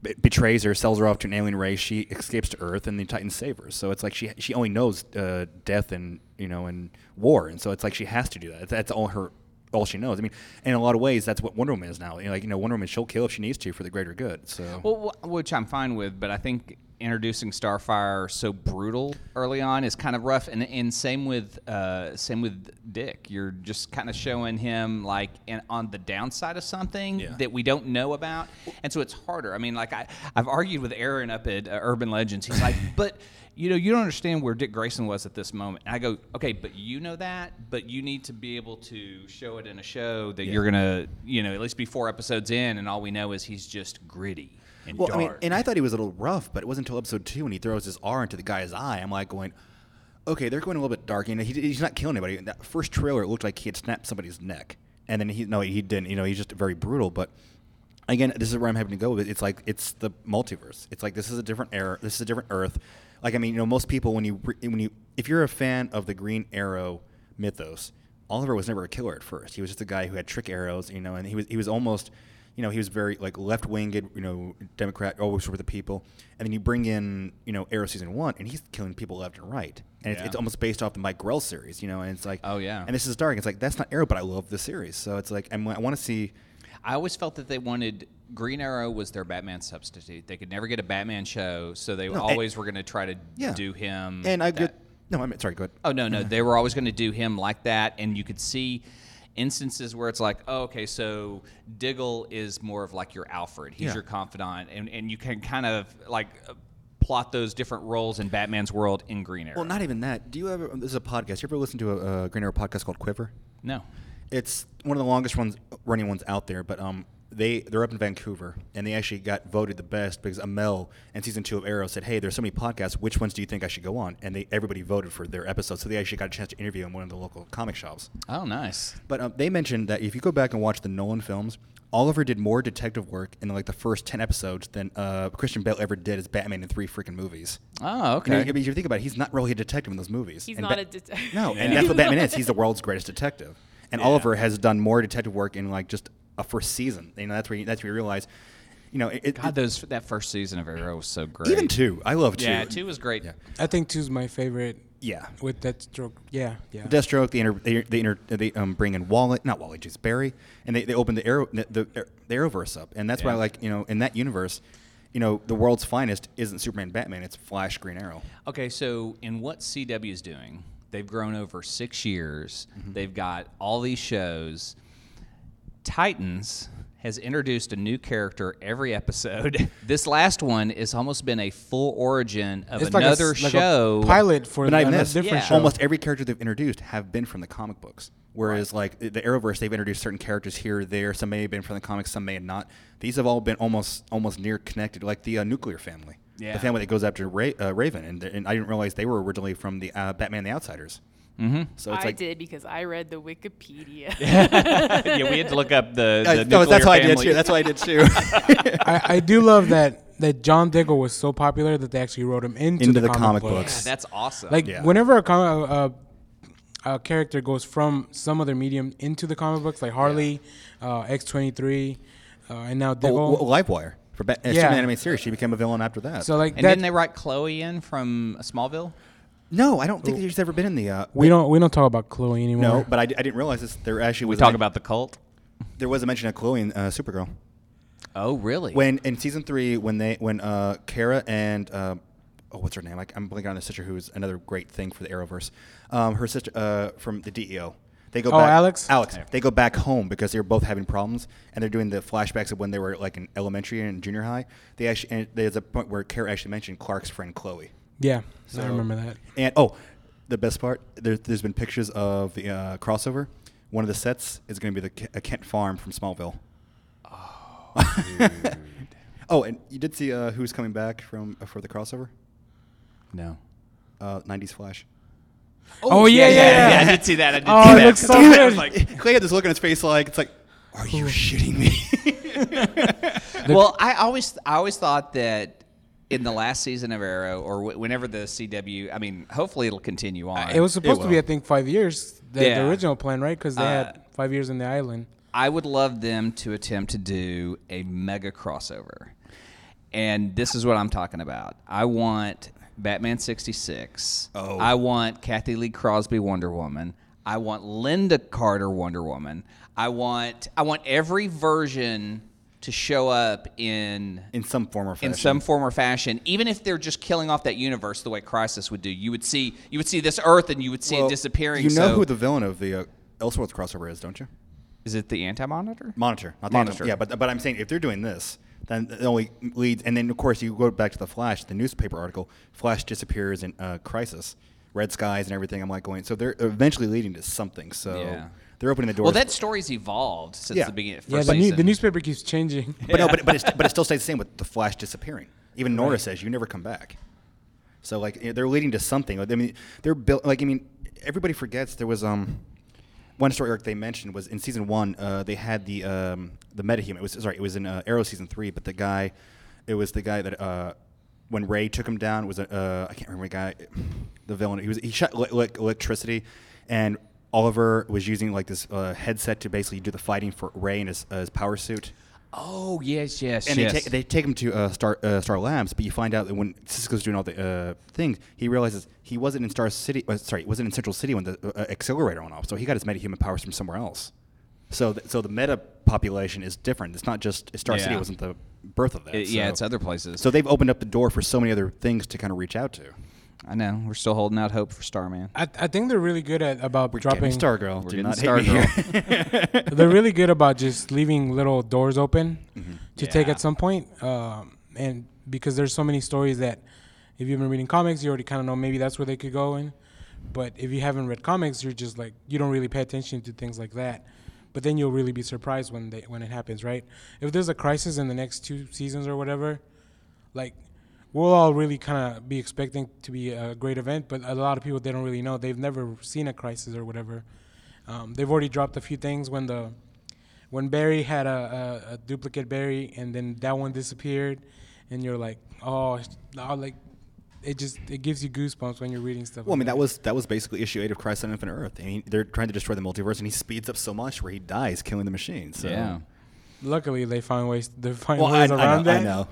B: b- betrays her, sells her off to an alien race. She escapes to Earth, and the Titans save her. So it's like she she only knows uh, death and you know and war, and so it's like she has to do that. That's all her all she knows. I mean, in a lot of ways, that's what Wonder Woman is now. You know, like you know, Wonder Woman, she'll kill if she needs to for the greater good. So
A: Well, wh- which I'm fine with, but I think introducing Starfire so brutal early on is kind of rough, and and same with uh, same with Dick. You're just kind of showing him like in, on the downside of something
B: Yeah.
A: that we don't know about, and so it's harder. I mean, like I I've argued with Aaron up at uh, Urban Legends. He's like, but. You know, you don't understand where Dick Grayson was at this moment. And I go, okay, but you know that, but you need to be able to show it in a show that you're gonna, you know, at least be four episodes in, and all we know is he's just gritty and
B: Well, I
A: dark.
B: mean, and I thought he was a little rough, but it wasn't until episode two when he throws his R into the guy's eye. I'm like going, okay, they're going a little bit dark. You know, he, he's not killing anybody. In that first trailer, it looked like he had snapped somebody's neck, and then he no, he didn't. You know, he's just very brutal. But again, this is where I'm having to go with it. It's like it's the multiverse. It's like this is a different era. This is a different Earth. Like I mean, you know, most people when you re- when you if you're a fan of the Green Arrow mythos, Oliver was never a killer at first. He was just a guy who had trick arrows, you know, and he was he was almost, you know, he was very like left winged, you know, Democrat, always for the people. And then you bring in, you know, Arrow season one, and he's killing people left and right, and it's,
E: Yeah.
B: it's almost based off the Mike Grell series, you know, and it's like,
A: Oh, yeah.
B: and this is dark. It's like that's not Arrow, but I love the series, so it's like I'm, I want to see.
A: I always felt that they wanted Green Arrow was their Batman substitute. They could never get a Batman show, so they
B: and-
A: always were going to try to
B: Yeah.
A: do him.
B: And I
A: Mm. that-
B: get no, I'm sorry, go ahead.
A: Oh no, no, they were always going to do him like that, and you could see instances where it's like, oh, okay, so Diggle is more of like your Alfred. He's
B: Yeah.
A: your confidant, and and you can kind of like uh, plot those different roles in Batman's world in Green Arrow.
B: Well, not even that. Do you ever? This is a podcast. You ever listen to a, a Green Arrow podcast called Quiver?
A: no.
B: It's one of the longest ones running ones out there, but um, they they're up in Vancouver, and they actually got voted the best because Amel and season two of Arrow said, "Hey, there's so many podcasts. Which ones do you think I should go on?" And they everybody voted for their episode, so they actually got a chance to interview in one of the local comic shops.
A: Oh, nice.
B: But um, they mentioned that if you go back and watch the Nolan films, Oliver did more detective work in like the first ten episodes than uh, Christian Bale ever did as Batman in three freaking movies.
A: Oh,
B: You know,
A: okay.
B: I mean, if you think about it, he's not really a detective in those movies.
D: He's
B: And
D: not a detective.
B: No, and that's what Batman is. He's the world's greatest detective. And Oliver has done more detective work in like just a first season. You know, that's where you, that's where you realize, you know, it,
A: God,
B: it,
A: those that first season of Arrow was so great.
B: even two. I love two.
A: yeah, two was great.
B: Yeah.
C: I think two's my favorite.
B: Yeah.
C: With that stroke. Yeah. Yeah.
B: Deathstroke, they inter, they, they, inter, they um, bring in Wally, not Wally, just Barry, and they, they open the arrow the, the, the Arrowverse up, and that's why
A: Yeah.
B: like you know in that universe, you know the world's finest isn't Superman, Batman, it's Flash, Green Arrow.
A: Okay, so in what CW is doing, they've grown over six years.
C: Mm-hmm.
A: They've got all these shows. Titans has introduced a new character every episode. this last one has almost been a full origin of
C: It's like a s-
A: another
C: like a
A: show.
C: pilot for
B: But not even
C: another
B: this.
C: different
A: Yeah.
C: show.
B: Almost every character they've introduced have been from the comic books. Whereas, like the the Arrowverse, they've introduced certain characters here, there. Some may have been from the comics, some may have not. These have all been almost almost near connected, like the uh, nuclear family,
A: Yeah.
B: the family that goes after Ra- uh, Raven, and, and I didn't realize they were originally from the uh, Batman: The Outsiders. Mm-hmm. So it's
D: I
B: like
D: did because I read the Wikipedia.
A: yeah, we had to look up the,
B: I-
A: the
B: no,
A: nuclear
B: that's how I did
A: family.
B: too. That's how I did too.
C: I, I do love that that John Diggle was so popular that they actually wrote him into,
B: Into
C: the, comic,
B: books.
C: books.
A: Yeah, that's awesome.
C: Like
B: Yeah.
C: whenever a, com- a, a character goes from some other medium into the comic books, like Harley, uh, X twenty three, and now
B: Well,
C: Diggle.
B: Oh, well, Livewire for Bat- yeah.
C: Yeah.
B: Superman animated series, she became a villain after that.
C: so like
A: and
C: that,
A: didn't they write Chloe in from Smallville?
B: no, I don't think she's ever been in the. Uh,
C: we don't we don't talk about Chloe anymore.
B: no, but I, d- I didn't realize this. There actually
A: We
B: was a
A: talk
B: men-
A: about the cult.
B: there was a mention of Chloe in uh, Supergirl.
A: Oh, really?
B: when in season three when they when uh Kara and uh, oh what's her name I, I'm blanking on the sister who's another great thing for the Arrowverse um her sister uh from the DEO they go
C: Oh,
B: back
C: Alex?
B: Alex they go back home because they're both having problems and they're doing the flashbacks of when they were like in elementary and junior high they actually and there's a point where Kara actually mentioned Clark's friend Chloe
C: Yeah, I remember that.
B: and oh the best part there, there's been pictures of the uh, crossover one of the sets is going to be the K- a Kent farm from Smallville. Oh, and you did see uh, who's coming back from uh, for the crossover?
A: no.
B: Uh, 90s Flash.
C: Oh, yeah, yeah, yeah.
A: I did see that. I did
C: Oh,
A: see
C: it
A: that.
C: looks so
A: I was
C: good.
A: like,
B: Clay had this look on his face like it's like, are you shitting me?
A: well, I always I always thought that in the last season of Arrow or wh- whenever the CW. I mean, hopefully it'll continue on.
C: It was supposed to be,
B: will. Uh,
C: I think, five years. The,
A: Yeah.
C: the original plan, right? Because they had five years in the island.
A: I would love them to attempt to do a mega crossover. And this is what I'm talking about. I want Batman 66.
B: Oh.
A: I want Kathy Lee Crosby Wonder Woman. I want Linda Carter Wonder Woman. I want I want every version to show up in
B: in some form or fashion.
A: in some form or fashion, even if they're just killing off that universe the way Crisis would do. You would see you would see this Earth and you would see
B: Well,
A: it disappearing.
B: You know
A: so
B: who the villain of the uh, Elseworlds crossover is, don't you?
A: is it the Anti Monitor?
B: Monitor, not the
A: Monitor.
B: Anti- Yeah, but but I'm saying if they're doing this, then it only leads, and then of course you go back to the Flash, the newspaper article. Flash disappears in uh, Crisis, Red Skies, and everything. I'm like going, so they're eventually leading to something. So
A: Yeah.
B: they're opening the door.
A: Well, that story's evolved since
B: Yeah.
A: the beginning. First
C: Yeah, the, new,
A: season.
C: the newspaper keeps changing.
B: but no, but but, it's, but it still stays the same with the Flash disappearing. Even Nora says you never come back. So like eh, they're leading to something. Like, I mean, they're built. Like I mean, everybody forgets there was um one story arc they mentioned was in season one. Uh, they had the um the metahuman. It was sorry, it was in uh, Arrow season three. But the guy, it was the guy that uh when Ray took him down was a, uh I can't remember the guy, the villain. He was he shot le- le- electricity and. Oliver was using like this uh, headset to basically do the fighting for Ray in his, uh, his power suit.
A: Oh yes, yes,
B: And
A: yes.
B: they, take, they take him to uh, Star uh, Star Labs, but you find out that when Cisco's doing all the uh, things, he realizes he wasn't in Star City. Uh, sorry, he wasn't in Central City when the uh, accelerator went off. So he got his metahuman powers from somewhere else. So, th- so the meta population is different. It's not just Star City
A: Yeah.
B: wasn't the birth of that.
A: It- Uh, yeah,
B: so-
A: it's other places.
B: So they've opened up the door for so many other things to kind of reach out to.
A: I know we're still holding out hope for Starman.
C: I, I think they're really good at about dropping.
B: Getting Stargirl,
A: We're getting
B: do not hate me here.
A: Stargirl.
C: they're really good about just leaving little doors open to take
A: Yeah.
C: at some point. Um, and because there's so many stories that if you've been reading comics, you already kind of know maybe that's where they could go in. But if you haven't read comics, you're just like you don't really pay attention to things like that. But then you'll really be surprised when they when it happens, right? If there's a crisis in the next two seasons or whatever, like we'll all really kind of be expecting to be a great event but a lot of people they don't really know they've never seen a crisis or whatever um, they've already dropped a few things when the when barry had a, a, a duplicate barry and then that one disappeared and you're like oh, sh- oh like it just it gives you goosebumps when you're reading stuff
B: Well, I
C: like
B: mean, that was that was basically issue eight of Crisis on Infinite Earth. I mean, they're trying to destroy the multiverse, and he speeds up so much where he dies, killing the machine. So.
A: yeah.
C: luckily they find ways they find
B: Well, I, I
C: ways
B: know,
C: around
B: I
C: that
B: know.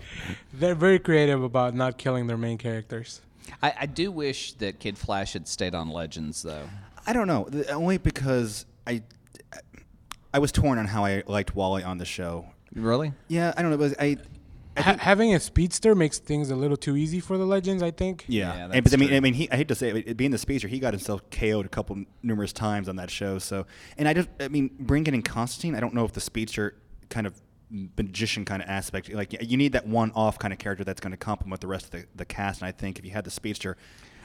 C: they're very creative about not killing their main characters
A: I, I do wish that Kid Flash had stayed on Legends though.
B: I don't know. The- Only because I, I was torn on how I liked Wally on the show.
A: Really?
B: Yeah, I don't know. But I, I
C: ha- having a speedster makes things a little too easy for the legends i think
B: yeah.
A: Yeah,
B: and, but I
A: that's
B: mean,
A: true.
B: I mean, he, I hate to say it, but being the speedster, he got himself KO'd a couple numerous times on that show. So, and I just, I mean, bringing in Constantine, I don't know if the speedster kind of magician kind of aspect, like you need that one-off kind of character that's going to complement the rest of the, the cast. And I think if you had the speedster,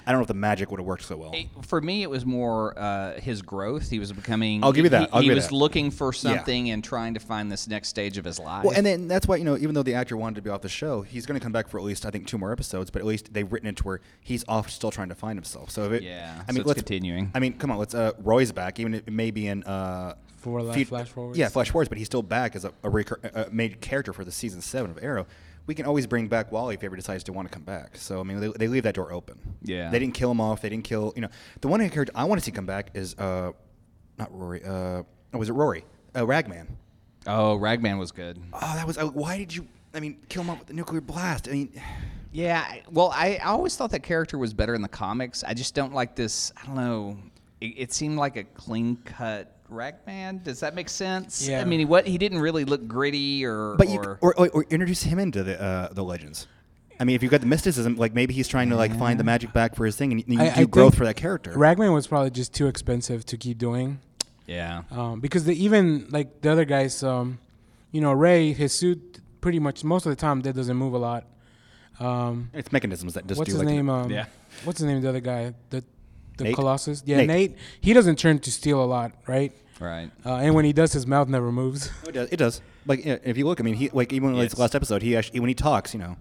B: I don't know if the magic would have worked so well.
A: It- for me, it was more uh, his growth. He was becoming.
B: I'll give you that.
A: He,
B: I'll
A: he
B: give you
A: was
B: that.
A: looking for something and trying to find this next stage of his life.
B: Well, and then that's why you know, even though the actor wanted to be off the show, he's going to come back for at least I think two more episodes. But at least they've written it to where he's off still trying to find himself. So if it,
A: Yeah,
B: I
A: so
B: mean,
A: it's
B: let's-
A: continuing.
B: I mean, come on, let's. Uh, Roy's back, even if it may be in. Uh,
C: For, like, flash forwards?
B: Yeah, flash forwards, but he's still back as a, a, recur- a made character for the season seven of Arrow. We can always bring back Wally if he ever decides to want to come back. So I mean, they, they leave that door open.
A: Yeah.
B: they didn't kill him off. They didn't kill. You know, the one character I want to see come back is uh, not Rory. Uh, oh, was it Rory? Uh, Ragman.
A: oh, Ragman was good.
B: Oh, that was. Uh, why did you? I mean, kill him off with the nuclear blast. I mean,
A: Yeah. I- Well, I, I always thought that character was better in the comics. I just don't like this. I don't know. It, it seemed like a clean cut Ragman. Does that make sense?
C: Yeah.
A: I mean, what he didn't really look gritty or.
B: but you
A: or,
B: or, or, or introduce him into the uh, the legends. I mean, if you've got the mysticism, like maybe he's trying to like find the magic back for his thing, and you, you
C: I-
B: do
C: I think
B: growth for that character.
C: Ragman was probably just too expensive to keep doing
A: yeah.
B: Oh.
C: um, because they even like the other guys, um, you know, Ray his suit pretty much most of the time that doesn't move a lot. Um,
B: It's mechanisms that just
C: what's
B: do
C: his
B: like
C: name? Um,
A: Yeah.
C: What's his name? of The other guy, the the
B: Nate?
C: Colossus. Yeah,
B: Nate.
C: Nate. He doesn't turn to steel a lot, right?
A: Right.
C: Uh, and when he does, his mouth never moves.
B: Oh, it does. It does. Like yeah, if you look, I mean, he like even like
A: Yes.
B: this last episode, he actually when he talks, you know,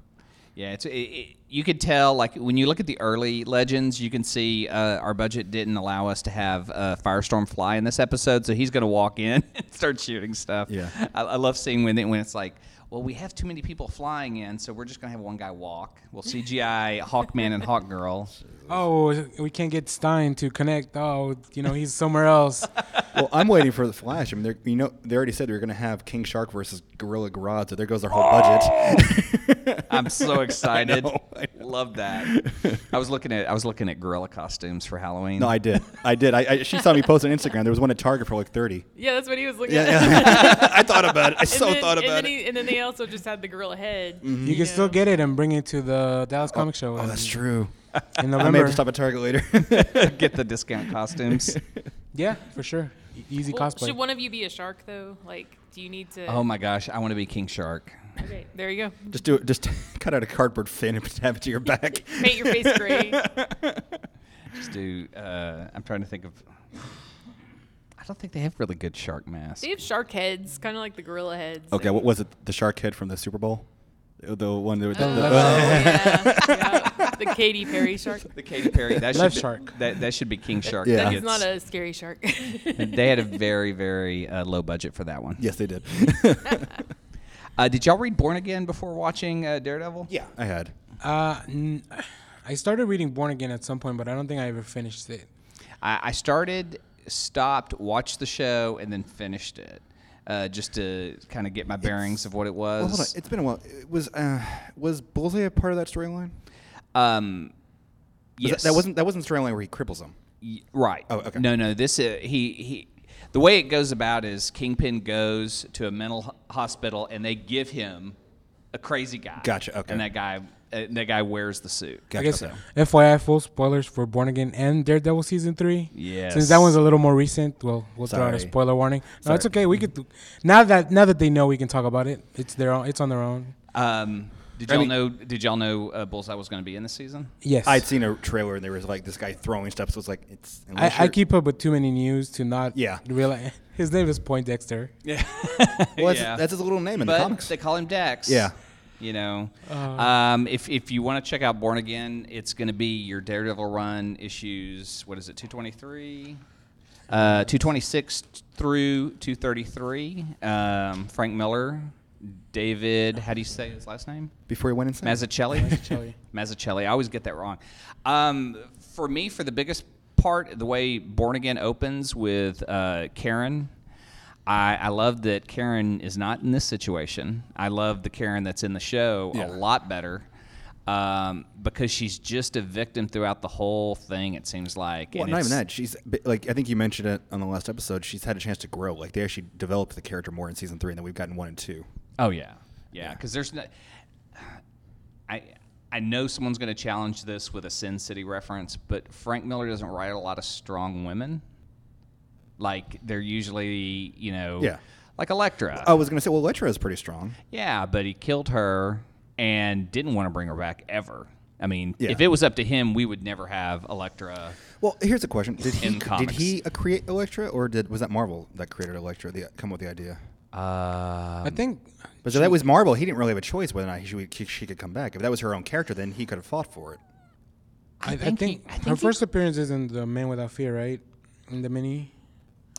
A: Yeah, it's it, it, you could tell like when you look at the early legends, you can see uh, our budget didn't allow us to have uh, Firestorm fly in this episode, so he's going to walk in and start shooting stuff.
B: Yeah.
A: I, I love seeing when it, when it's like. well, we have too many people flying in, so we're just gonna have one guy walk. We'll CGI Hawkman and Hawkgirl.
C: Oh, we can't get Stein to connect. Oh, you know, he's somewhere else.
B: well, I'm waiting for the Flash. I mean, they're, you know, they already said they were going to have King Shark versus Gorilla Grodd, so there goes their whole budget.
A: I'm so excited.
B: know, I know.
A: Love that. I was looking at I was looking at gorilla costumes for Halloween.
B: no, I did. I did. I, I, she saw me post on Instagram. There was one at Target for like 30.
D: Yeah, that's what he was looking
B: Yeah,
D: at.
B: yeah. I thought about it. I
D: And
B: so
D: then-
B: thought
D: and
B: about
D: then
B: it. Mm-hmm.
D: he- and then they also just had the gorilla head.
C: You can still get it and bring it to the Dallas Comic Show.
B: Oh,
C: in-
B: that's true.
C: In
B: I may have
C: November.
B: to stop at Target later.
A: get the discount costumes.
C: Yeah, for sure. E- Easy
D: Well,
C: cosplay.
D: Should one of you be a shark though? Like, do you need to?
A: Oh my gosh, I want to be King Shark.
D: Okay, there you go.
B: just do it. Just cut out a cardboard fin and have it to your back.
D: Paint your face gray.
A: Just do. Uh, I'm trying to think of. I don't think they have really good shark masks.
D: They have shark heads, kind of like the gorilla heads.
B: Okay, what was it? The shark head from the Super Bowl? Uh, The- The one that was.
D: Oh,
B: the-
D: yeah, yeah. The Katy Perry shark.
A: The Katy Perry. That should
C: Left
A: be,
C: shark.
A: That, that should be King Shark.
B: Yeah.
A: That
D: That's
A: gets-
D: not a scary shark.
A: They had a very very uh, low budget for that one.
B: yes, they did.
A: Uh, did y'all read Born Again before watching uh, Daredevil?
B: yeah, I had.
C: Uh, n- I started reading Born Again at some point, but I don't think I ever finished it.
A: I, I started, stopped, watched the show, and then finished it. Uh, just to kind of get my bearings of what it was.
B: Well, hold on. It's been a while. It was uh, was Bullseye a part of that storyline?
A: um,
B: Was
A: yes.
B: That, that wasn't that wasn't the storyline where he cripples him.
A: Y- Right.
B: Oh, okay.
A: No, no. This uh, he he. The way it goes about is Kingpin goes to a mental ho- hospital and they give him a crazy guy.
B: Gotcha, okay.
A: And that guy, uh, that guy wears the suit.
C: I guess FYI, full spoilers for Born Again and Daredevil season three. Since that
A: Yes.
C: one's a little more recent, well, we'll throw out a
B: Sorry.
C: spoiler warning. No, it's okay. We could now that now that they know, we can talk about it. It's their own. It's on their own.
A: Um, did
B: I
A: y'all
B: mean-
A: know? Did y'all know uh, Bullseye was going to be in this season?
C: Yes,
B: I'd seen a trailer and there was like this guy throwing stuff. So it's like it's. unless
C: I, I
B: you're-
C: keep up with too many news to not
B: Yeah.
C: realize his name is Poindexter.
B: Well, that's,
A: Yeah.
B: that's his little name in
A: but
B: the comics.
A: they call him Dex.
B: Yeah.
A: You know, um, if if you want to check out Born Again, it's going to be your Daredevil run issues. What is it? Two twenty three. Uh, 226 through 233. Um, Frank Miller, David, how do you say his last name?
B: Before he went insane.
A: Mazzucchelli.
C: Mazzucchelli.
A: Mazzucchelli. I always get that wrong. Um, for me, for the biggest part, the way Born Again opens with uh, Karen, I, I love that Karen is not in this situation. I love the Karen that's in the show
B: Yeah.
A: a lot better. Um, because she's just a victim throughout the whole thing. It seems like.
B: Well,
A: And
B: not even
A: it's-
B: that. She's bi- like I think you mentioned it on the last episode. She's had a chance to grow. Like they actually developed the character more in season three than we've gotten one and two.
A: Oh yeah, yeah. Because there's no. I I know someone's going to challenge this with a Sin City reference, but Frank Miller doesn't write a lot of strong women. Like they're usually, you know,
B: Yeah.
A: like Electra.
C: Oh.
B: I was gonna say, well, Electra is pretty strong.
A: Yeah, but he killed her and didn't want to bring her back ever. I mean,
B: Yeah.
A: if it was up to him, we would never have Electra.
B: Well, here's a question: Did he
A: In
B: did
A: comics.
B: he uh, create Electra, or did was that Marvel that created Electra? The, come up with the idea.
A: Uh,
C: I think
B: But if that was Marvel, he didn't really have a choice whether or not she, would- she could come back. If that was her own character, then he could have fought for it.
C: I, I
A: think
C: think,
A: he- I
C: her
A: think he-
C: first appearance is in the Man Without Fear, right? In the mini.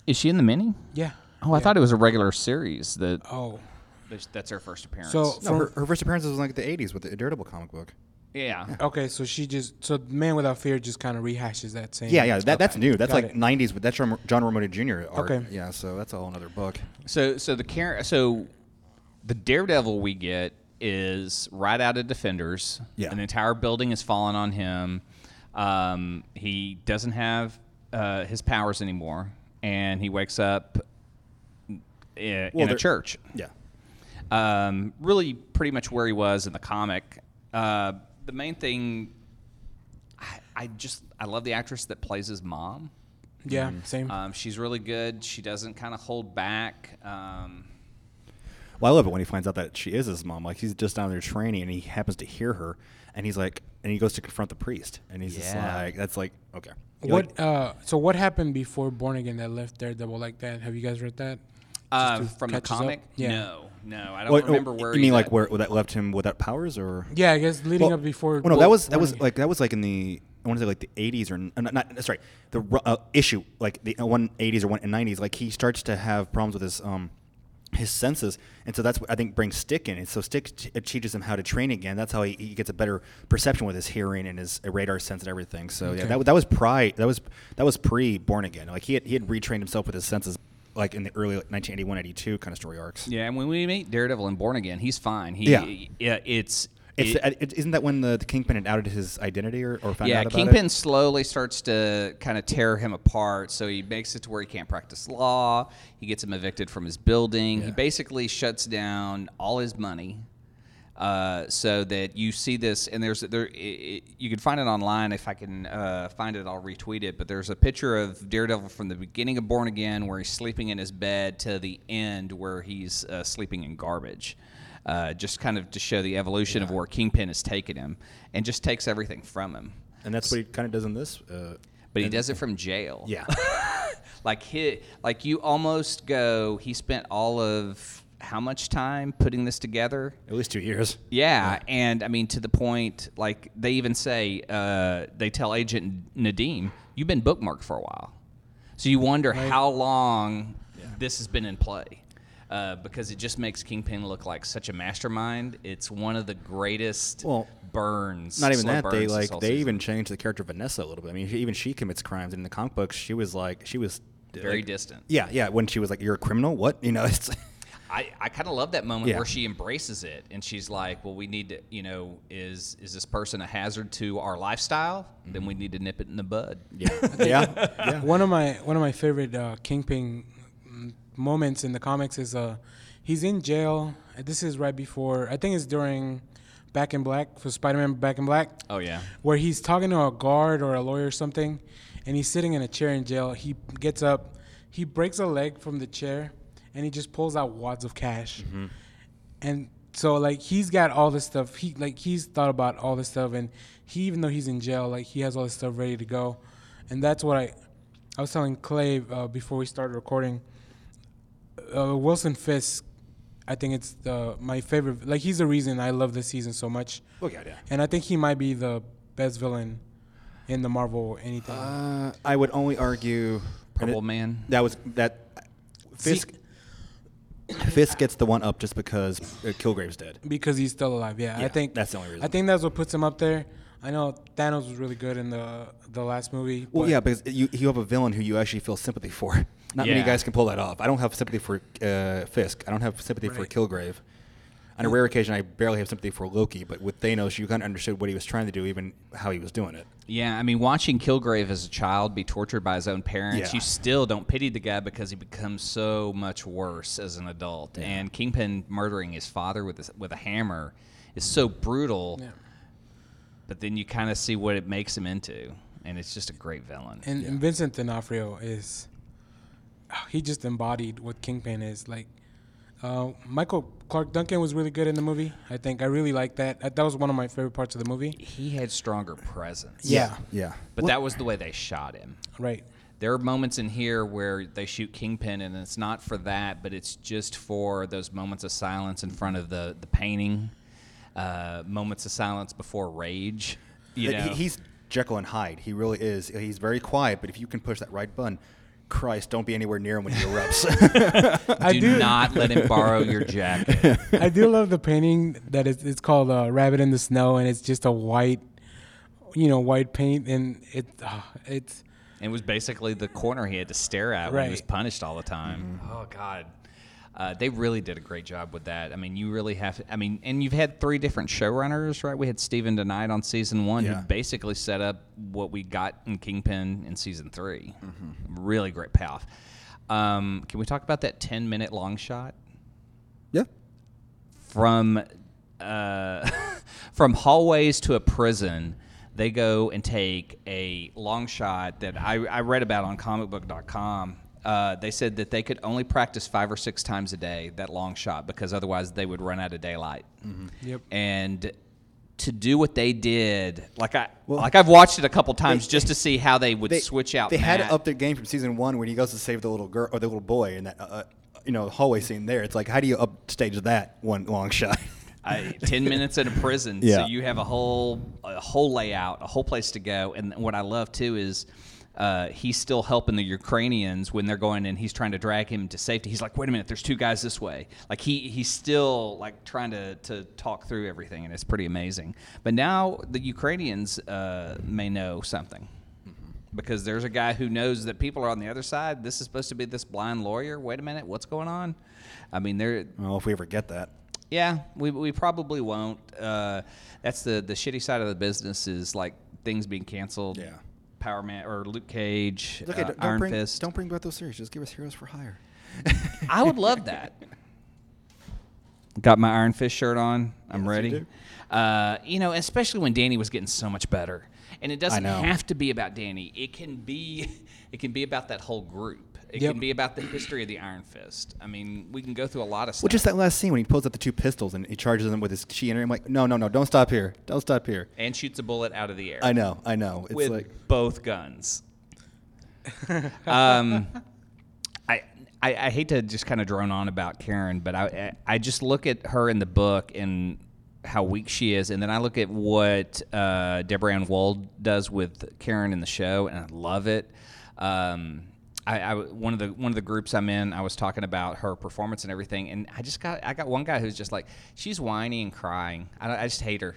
A: is she in the mini?
C: Yeah.
A: Oh, I thought it was a regular series. That
C: Oh.
A: that's her first appearance.
C: So
B: No, her, her first appearance was in like the '80s with the Daredevil comic book.
A: yeah,
C: Okay, so she just so Man Without Fear just kind of rehashes that same.
B: Yeah, yeah, that, that's new. That's
C: Got
B: like
C: it.
B: '90s with that's John, John Romita Jr. Art.
C: Okay.
B: Yeah, so that's a whole other book.
A: So so the Karen so the Daredevil we get is right out of Defenders.
B: Yeah.
A: An entire building is fallen on him. Um, he doesn't have uh, his powers anymore, and he wakes up i- in, in
B: Well,
A: a
B: there-
A: church.
B: Yeah.
A: Um, really, pretty much where he was in the comic. Uh, the main thing, I, I just I love the actress that plays his mom.
C: Yeah,
B: Mm-hmm.
C: same.
B: Uh,
A: Um, she's really good. She doesn't kind of hold back. Um,
B: Well, I love it when he finds out that she is his mom. Like he's just down there training, and he happens to hear her, and he's like, and he goes to confront the priest, and he's just
A: Yeah.
B: like, that's like okay. You like-
C: what? Uh, so what happened before Born Again that left Daredevil like that? Have you guys read that?
A: Uh,
C: Just to
A: from the
C: catch us up?
A: comic?
C: Yeah.
A: No, no, I don't
B: what- oh,
A: remember where.
B: you mean
A: he's
B: like
A: at.
B: where, where that left him without powers or?
C: Yeah, I guess leading
B: Well,
C: up before.
B: Well, oh, no, that
C: Bo-
B: was that
C: Born
B: was
C: Again.
B: like that was like in the I want to say like the 80s or n- uh, not, not sorry the ru- uh, issue like the uh, one 80s or one 90s like he starts to have problems with his um his senses, and so that's what I think brings Stick in. And so Stick t- it teaches him how to train again. That's how he, he gets a better perception with his hearing and his radar sense and everything. So yeah,
C: Okay.
B: that, w- that was pri that was that was pre Born Again. Like he had, he had retrained himself with his senses, like in the early 1981, 82 kind of story arcs.
A: Yeah, and when we meet Daredevil and Born Again, he's fine. He,
B: Yeah.
A: yeah, it's.
B: It's,
A: it-
B: uh, it, isn't that when the, the Kingpin had outed his identity or, or found
A: yeah,
B: out about
A: Kingpin
B: it?
A: slowly starts to kind of tear him apart. So he makes it to where he can't practice law. He gets him evicted from his building. He basically shuts down all his money. Uh, so that you see this, and there's there, i i you can find it online. If I can uh, find it, I'll retweet it. But there's a picture of Daredevil from the beginning of Born Again, where he's sleeping in his bed, to the end where he's uh, sleeping in garbage uh, just kind of to show the evolution of where Kingpin has taken him and just takes everything from him.
B: And that's what he kind of does in this. Uh,
A: But he does it from jail.
B: yeah.
A: Like he, like you almost go. He spent all of how much time putting this together?
B: At least two years.
A: Yeah, and I mean to the point, like they even say, uh, they tell Agent Nadim, "You've been bookmarked for a while," so you wonder how long this has been in play, uh, because it just makes Kingpin look like such a mastermind. It's one of the greatest
B: Well,
A: burns.
B: Not even
A: slow
B: that.
A: burns
B: They
A: this
B: like
A: whole
B: they
A: season.
B: even changed the character Vanessa a little bit. I mean, she, even she commits crimes. And in the comic books, she was like she was
A: very
B: like-
A: distant.
B: Yeah, yeah. When she was like, "You're a criminal," what you know? It's
A: I, I kind of love that moment
B: Yeah.
A: where she embraces it and she's like, well, we need to, you know, is is this person a hazard to our lifestyle? Then we need to nip it in the bud.
B: yeah, yeah, yeah.
C: One of my one of my favorite uh, Kingpin mm, moments in the comics is uh, he's in jail. This is right before I think it's during Back in Black for Spider-Man Back in Black.
A: Oh yeah,
C: where he's talking to a guard or a lawyer or something, and he's sitting in a chair in jail. He gets up, he breaks a leg from the chair, and he just pulls out wads of cash. And so like he's got all this stuff. He like he's thought about all this stuff, and he even though he's in jail, like he has all this stuff ready to go. And that's what I, I was telling Clay uh, before we started recording. Uh, Wilson Fisk, I think it's the my favorite. Like he's the reason I love this season so much.
B: Well, yeah, yeah.
C: And I think he might be the best villain in the Marvel anything.
B: Uh, I would only argue
A: Purple Man.
B: That was that Fisk. Fisk gets the one up just because uh, Kilgrave's dead.
C: because he's still alive. Yeah,
B: Yeah,
C: I think
B: that's the only reason.
C: I think that's what puts him up there. I know Thanos was really good in the the last movie.
B: Well,
C: but
B: yeah, because you, you have a villain who you actually feel sympathy for. Not many
A: Yeah.
B: guys can pull that off. I don't have sympathy for uh, Fisk. I don't have sympathy for
C: Right.
B: Kilgrave. On a rare occasion, I barely have sympathy for Loki. But with Thanos, you kind of understood what he was trying to do, even how he was doing it.
A: Yeah, I mean, watching Kilgrave as a child be tortured by his own parents,
B: Yeah.
A: you still don't pity the guy because he becomes so much worse as an adult. And Kingpin murdering his father with a, with a hammer is so brutal.
C: Yeah.
A: But then you kind of see what it makes him into, and it's just a great villain.
C: And, and Vincent D'Onofrio is ah, he just embodied what Kingpin is like. Uh, Michael Clark Duncan was really good in the movie. I think I really liked that. That that was one of my favorite parts of the movie.
A: he had stronger presence.
C: Yeah.
B: Yeah.
A: But that was the way they shot him.
C: Right.
A: There are moments in here where they shoot Kingpin, and it's not for that, but it's just for those moments of silence in front of the the painting, uh, moments of silence before rage. You know,
B: He- he's Jekyll and Hyde. He really is. He's very quiet, but if you can push that right button, Christ, don't be anywhere near him when he erupts.
C: I
A: do, not let him borrow your jacket.
C: I do love the painting that is it's called uh, Rabbit in the Snow and it's just a white you know white paint and it uh, it's
A: It was basically the corner he had to stare at when he was
C: Right.
A: punished all the time. Oh God. Uh, they really did a great job with that. I mean, you really have. I mean, and you've had three different showrunners, right? We had Steven Tonight on season one,
B: Yeah.
A: who basically set up what we got in Kingpin in season 3 Really great payoff. Um, can we talk about that ten-minute long shot?
B: yeah.
A: from uh, from hallways to a prison. They go and take a long shot that I, I read about on comicbook.com. Uh, they said that they could only practice five or six times a day that long shot because otherwise they would run out of daylight.
C: Yep.
A: And to do what they did, like I like I've watched it a couple times just to see how they would switch out.
B: They had
A: Matt.
B: had up their game from season one when he goes to save the little girl or the little boy in that uh, uh, you know hallway scene. There, it's like how do you upstage that one long shot?
A: I, ten minutes in a prison, so
B: Yeah.
A: you have a whole a whole layout, a whole place to go. And what I love too is uh, he's still helping the Ukrainians when they're going and he's trying to drag him to safety. He's like, wait a minute, there's two guys this way. Like he he's still like trying to, to talk through everything, and it's pretty amazing. But now the Ukrainians uh, may know something because there's a guy who knows that people are on the other side. This is supposed to be this blind lawyer. Wait a minute, what's going on? I mean, they're
B: Well, if we ever get that.
A: yeah, we, we probably won't. Uh, that's the the shitty side of the business is like things being canceled.
B: Yeah.
A: Power Man or Luke Cage,
B: It's okay,
A: uh,
B: don't, don't
A: Iron
B: bring,
A: Fist.
B: Don't bring back those series. Just give us Heroes for Hire.
A: I would love that. Got my Iron Fist shirt on. I'm
B: Yes, you
A: ready.
B: do.
A: Uh, you know, especially when Danny was getting so much better, and it doesn't
B: know.
A: have to be about Danny. It can be, it can be about that whole group. It
C: Yep.
A: can be about the history of the Iron Fist. I mean, we can go through a lot of stuff.
B: Well, just that last scene when he pulls out the two pistols and he charges them with his chi energy. I'm like, no, no, no, don't stop here. Don't stop here.
A: and shoots a bullet out of the air.
B: I know, I know. It's
A: with
B: like
A: both guns. um, I, I I hate to just kind of drone on about Karen, but I I I just look at her in the book and how weak she is, and then I look at what uh, Deborah Ann Wold does with Karen in the show, and I love it. Um, I, I w- one of the one of the groups I'm in, I was talking about her performance and everything, and I just got I got one guy who's just like she's whiny and crying. I, don't- I just hate her.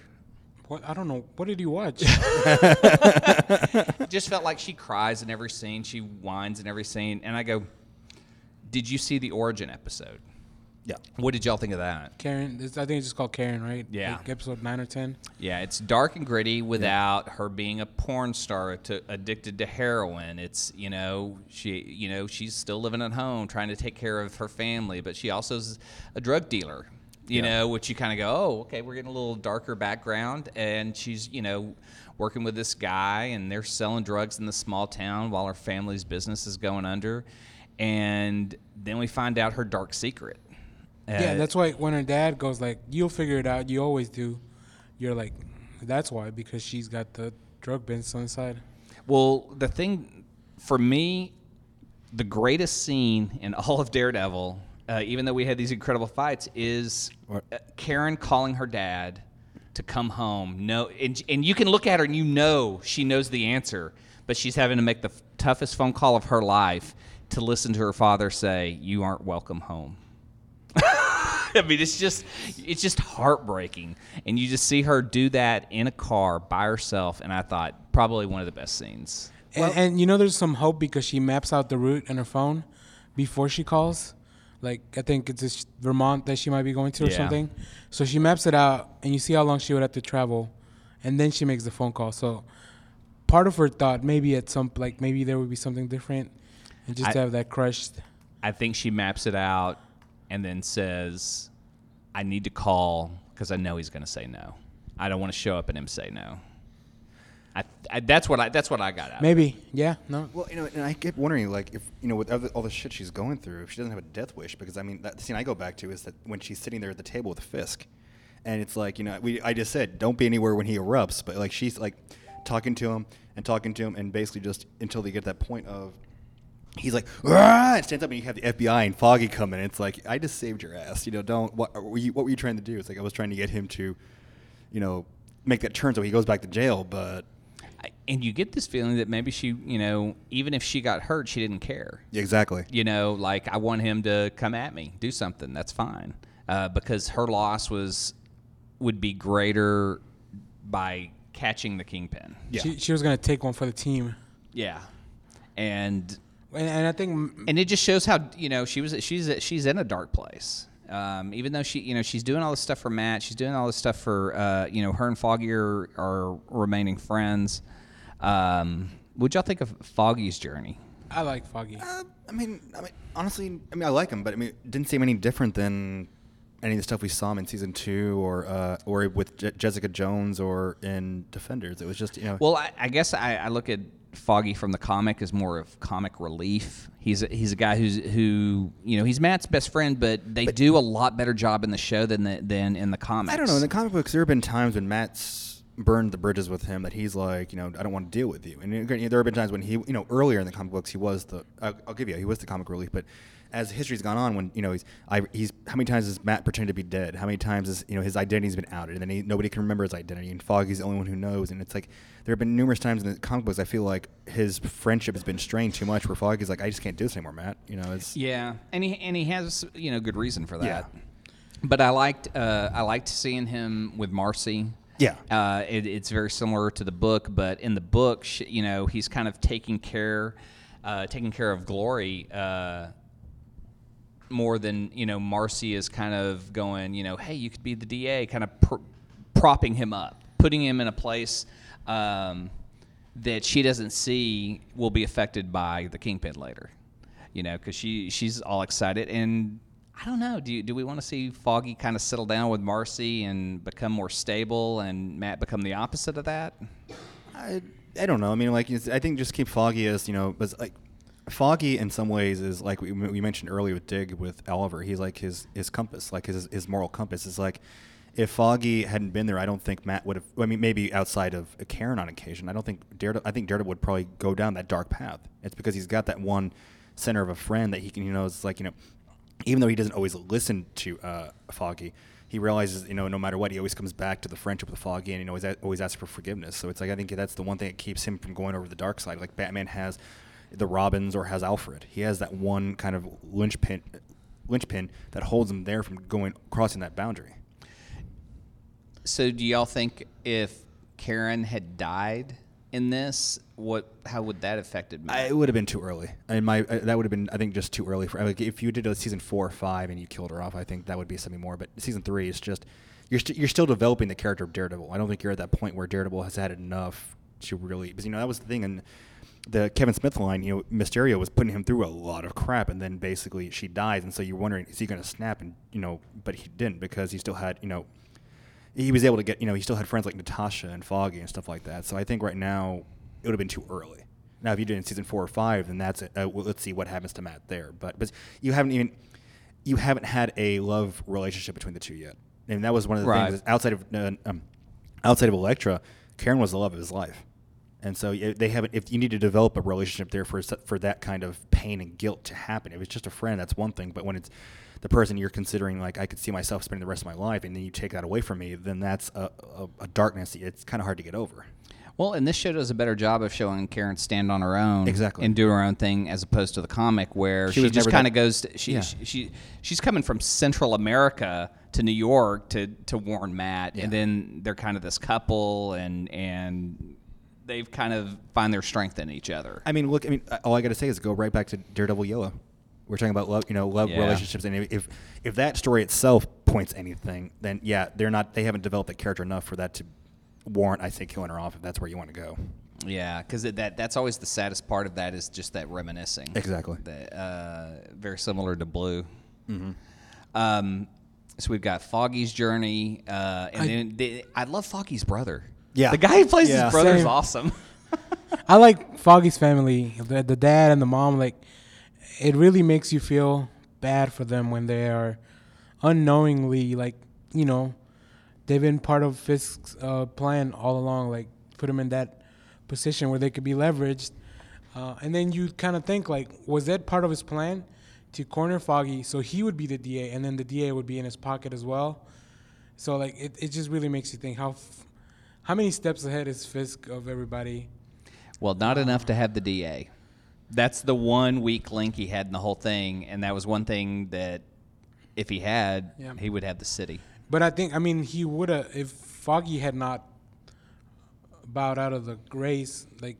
C: What I don't know. What did you watch?
A: It just felt like she cries in every scene, she whines in every scene, and I go, "Did you see the origin episode?
B: yeah.
A: What did y'all think of that?"
C: Karen. This, I think it's just called Karen, right?
A: Yeah.
C: Like episode nine or ten.
A: Yeah, it's dark and gritty without her being a porn star to, addicted to heroin. It's you know she you know she's still living at home trying to take care of her family, but she also is a drug dealer. You know, which you kind of go, oh, okay, we're getting a little darker background, and she's you know working with this guy, and they're selling drugs in the small town while her family's business is going under, and then we find out her dark secret. Uh,
C: yeah, that's why when her dad goes like, "You'll figure it out. You always do," you're like, "That's why," because she's got the drug bins on the side.
A: Well, the thing for me, the greatest scene in all of Daredevil, uh, even though we had these incredible fights, is
B: What?
A: uh, Karen calling her dad to come home. No, and, and you can look at her and you know she knows the answer, but she's having to make the f- toughest phone call of her life to listen to her father say, "You aren't welcome home." I mean, it's just it's just heartbreaking, and you just see her do that in a car by herself, and I thought probably one of the best scenes.
C: and, and you know, there's some hope because she maps out the route on her phone before she calls. Like I think it's just Vermont that she might be going to or
A: Yeah.
C: something. So she maps it out, and you see how long she would have to travel, and then she makes the phone call. So part of her thought maybe at some like maybe there would be something different, and just
A: I-
C: to have that crushed.
A: I think she maps it out, and then says, "I need to call because I know he's going to say no. I don't want to show up and him say no." I, I, that's what I that's what I got out. of it.
C: Maybe yeah no.
B: Well, you know, and I kept wondering, like, if you know, with all the, all the shit she's going through, if she doesn't have a death wish, because I mean, that scene I go back to is that when she's sitting there at the table with Fisk, and it's like, you know, we I just said don't be anywhere when he erupts, but like she's like talking to him and talking to him, and basically just until they get to that point of. He's like, "Rah!" and stands up, and you have the FBI and Foggy come in. It's like, I just saved your ass. You know, don't. What were you, what were you trying to do? It's like I was trying to get him to, you know, make that turn so he goes back to jail. But
A: I- And you get this feeling that maybe she, you know, even if she got hurt, she didn't care.
B: yeah, exactly.
A: you know, like I want him to come at me, do something. That's fine, uh, because her loss was would be greater by catching the kingpin.
B: Yeah.
C: She, she was gonna take one for the team,
A: Yeah, and
C: and, and I think m-
A: and it just shows how you know she was she's she's in a dark place. Um, even though she you know she's doing all this stuff for Matt, she's doing all this stuff for uh, you know her and Foggy are, are remaining friends. Um, would y'all think of Foggy's journey?
C: I like Foggy.
B: Uh, I mean, I mean, honestly, I mean, I like him, but I mean, it didn't seem any different than any of the stuff we saw him in season two, or uh, or with Je- Jessica Jones, or in Defenders. It was just you know,
A: Well, I, I guess I, I look at Foggy from the comic as more of comic relief. He's a, he's a guy who's who you know he's Matt's best friend, but they do a lot better job in the show than the, than in the comics.
B: I don't know. In the comic books, there have been times when Matt's burned the bridges with him that he's like, you know, I don't want to deal with you. And again, there have been times when he, you know, earlier in the comic books, he was the. I'll, I'll give you, he was the comic relief, but as history's gone on, when you know he's I, he's how many times has Matt pretended to be dead? How many times is you know his identity's been outed, and then he, nobody can remember his identity, and Foggy's the only one who knows. And it's like there have been numerous times in the comic books I feel like his friendship has been strained too much, where Foggy's like, I just can't do this anymore, Matt. You know, it's
A: Yeah, and he and he has you know good reason for that.
B: Yeah.
A: But I liked uh, I liked seeing him with Marcy.
B: Yeah.
A: uh, it, it's very similar to the book, but in the book, sh you know, he's kind of taking care, uh, taking care of Glory. Uh, more than you know Marcy is kind of going you know hey you could be the DA kind of pr- propping him up putting him in a place um, that she doesn't see will be affected by the kingpin later you know because she she's all excited and I don't know do you, do we want to see Foggy kind of settle down with Marcy and become more stable and Matt become the opposite of that
B: I, I don't know. I mean, like, it's- I think just keep Foggy as, you know, as, like, Foggy in some ways is like we, we mentioned earlier with Dig with Oliver. He's like his, his compass, like his, his moral compass. is like, if Foggy hadn't been there, I don't think Matt would have. I mean, maybe outside of Karen on occasion, I don't think Daredevil. I think Daredevil would probably go down that dark path. It's because he's got that one center of a friend that he can, you know, it's like, you know, even though he doesn't always listen to uh, Foggy, he realizes, you know, no matter what, he always comes back to the friendship with Foggy and he always, always asks for forgiveness. So it's like, I think that's the one thing that keeps him from going over the dark side. Like Batman has the Robins or has Alfred. He has that one kind of linchpin, linchpin that holds him there from going, crossing that boundary.
A: so do y'all think if Karen had died in this what how would that affected Matt
B: I, it would have been too early. And my uh, that would have been I think just too early for like if you did a season four or five and you killed her off, I think that would be something more. But season three is just you're st- you're still developing the character of Daredevil. I don't think you're at that point where Daredevil has had enough to really because you know that was the thing and the Kevin Smith line. You know, Mysterio was putting him through a lot of crap, and then basically she dies, and so you're wondering is he going to snap? And you know, but he didn't because he still had you know he was able to get, you know, he still had friends like Natasha and Foggy and stuff like that. So I think right now it would have been too early. Now, if you did it in season four or five, then that's it. Uh, well, let's see what happens to Matt there. But but you haven't even you haven't had a love relationship between the two yet, and that was one of the
A: Right.
B: things outside of uh, um, outside of Elektra, Karen was the love of his life, and so y- they haven't. If you need to develop a relationship there for s- for that kind of pain and guilt to happen, if it's just a friend, that's one thing. But when it's the person you're considering, like I could see myself spending the rest of my life, and then you take that away from me, then that's a, a, a darkness. that It's kind of hard to get over.
A: Well, and this show does a better job of showing Karen stand on her own,
B: Exactly.
A: and do her own thing, as opposed to the comic where
B: She
A: she,
B: was
A: just
B: never
A: kind of
B: that-
A: goes. To, she,
B: Yeah.
A: she she she's coming from Central America to New York to to warn Matt, and then they're kind of this couple, and and they've kind of find their strength in each other.
B: I mean, look. I mean, uh, all I got to say is go right back to Daredevil Yellow. We're talking about love, you know, love
A: Yeah.
B: relationships, and if if that story itself points anything, then yeah, they're not. They haven't developed that character enough for that to warrant, I say, killing her off if that's where you want to go.
A: Yeah, because that that's always the saddest part of that is just that reminiscing.
B: Exactly.
A: That, uh, very similar to Blue. Um, so we've got Foggy's journey, uh, and
C: I-
A: then the, I love Foggy's brother.
B: Yeah.
A: the guy who plays
B: Yeah.
A: his brother is
C: Same.
A: awesome.
C: I like Foggy's family, the, the dad and the mom. Like, it really makes you feel bad for them when they are unknowingly, like, you know, they've been part of Fisk's uh, plan all along. Like, put them in that position where they could be leveraged. Uh, and then you kind of think, like, was that part of his plan to corner Foggy so he would be the DA, and then the DA would be in his pocket as well? So like it, it just really makes you think how f- how many steps ahead is Fisk of everybody
A: Well, not enough to have the DA. That's the one weak link he had in the whole thing, and that was one thing that if he had,
C: Yeah.
A: he would have the city.
C: But I think I mean he would have if Foggy had not bowed out of the race. Like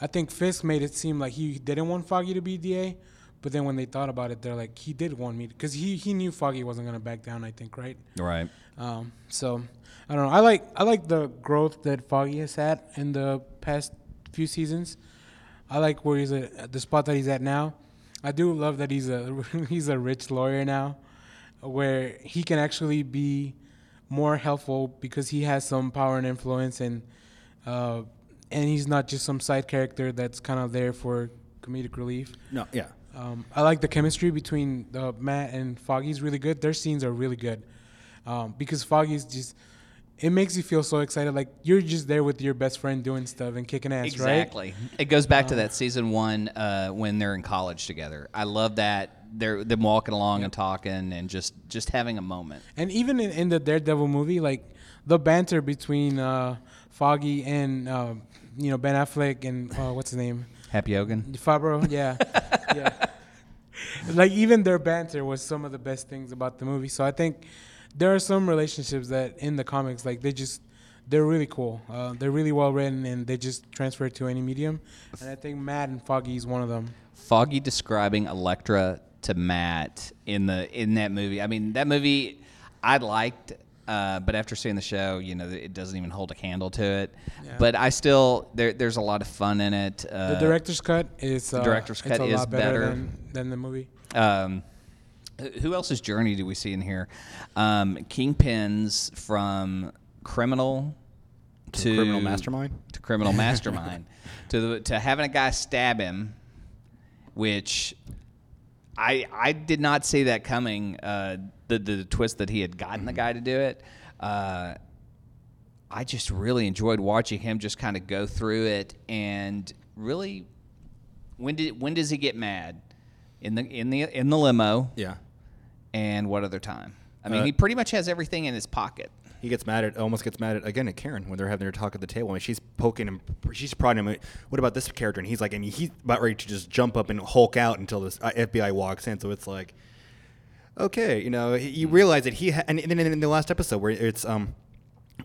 C: I think Fisk made it seem like he didn't want Foggy to be DA, but then when they thought about it, they're like he did want me because he he knew Foggy wasn't gonna back down. I think right.
A: Right.
C: Um, so I don't know. I like I like the growth that Foggy has had in the past few seasons. I like where he's at, the spot that he's at now. I do love that he's a he's a rich lawyer now, where he can actually be more helpful because he has some power and influence, and uh, and he's not just some side character that's kind of there for comedic relief.
B: No, yeah.
C: Um, I like the chemistry between uh, Matt and Foggy's really good. Their scenes are really good um, because Foggy's just. It makes you feel so excited, like you're just there with your best friend doing stuff and kicking ass, right?
A: Exactly. It goes back to that season one uh, when they're in college together. I love that they're them walking along and talking and just just having a moment.
C: And even in, in the Daredevil movie, like the banter between uh, Foggy and uh, you know Ben Affleck and uh, what's his name,
A: Happy Hogan.
C: Fabro, yeah, yeah. Like even their banter was some of the best things about the movie. So I think there are some relationships that in the comics, like they just they're really cool. Uh, they're really well written, and they just transfer to any medium. And I think Matt and Foggy is one of them.
A: Foggy describing Elektra to Matt in the in that movie. I mean, that movie I liked, uh, but after seeing the show, you know, it doesn't even hold a candle to it. But I still there, there's a lot of fun in it. Uh,
C: The director's cut is uh,
A: director's
C: it's
A: cut
C: a
A: is
C: lot better,
A: better.
C: Than, than the movie.
A: Um, wh- who else's journey do we see in here? Um, Kingpins from criminal to,
B: criminal mastermind?
A: to criminal mastermind to the, to having a guy stab him, which I I did not see that coming. Uh, the the twist that he had gotten the
B: Mm-hmm.
A: guy to do it. Uh, I just really enjoyed watching him just kind of go through it and really when did when does he get mad in the in the in the limo
B: Yeah.
A: and what other time? I mean,
B: Uh,
A: he pretty much has everything in his pocket.
B: He gets mad at almost gets mad at again at Karen when they're having their talk at the table and she's poking him, she's prodding him. What about this character? And he's like, and he's about ready to just jump up and Hulk out until this uh, FBI walks in. So it's like, okay, you know, he- you realize that he ha- and then in the last episode where it's um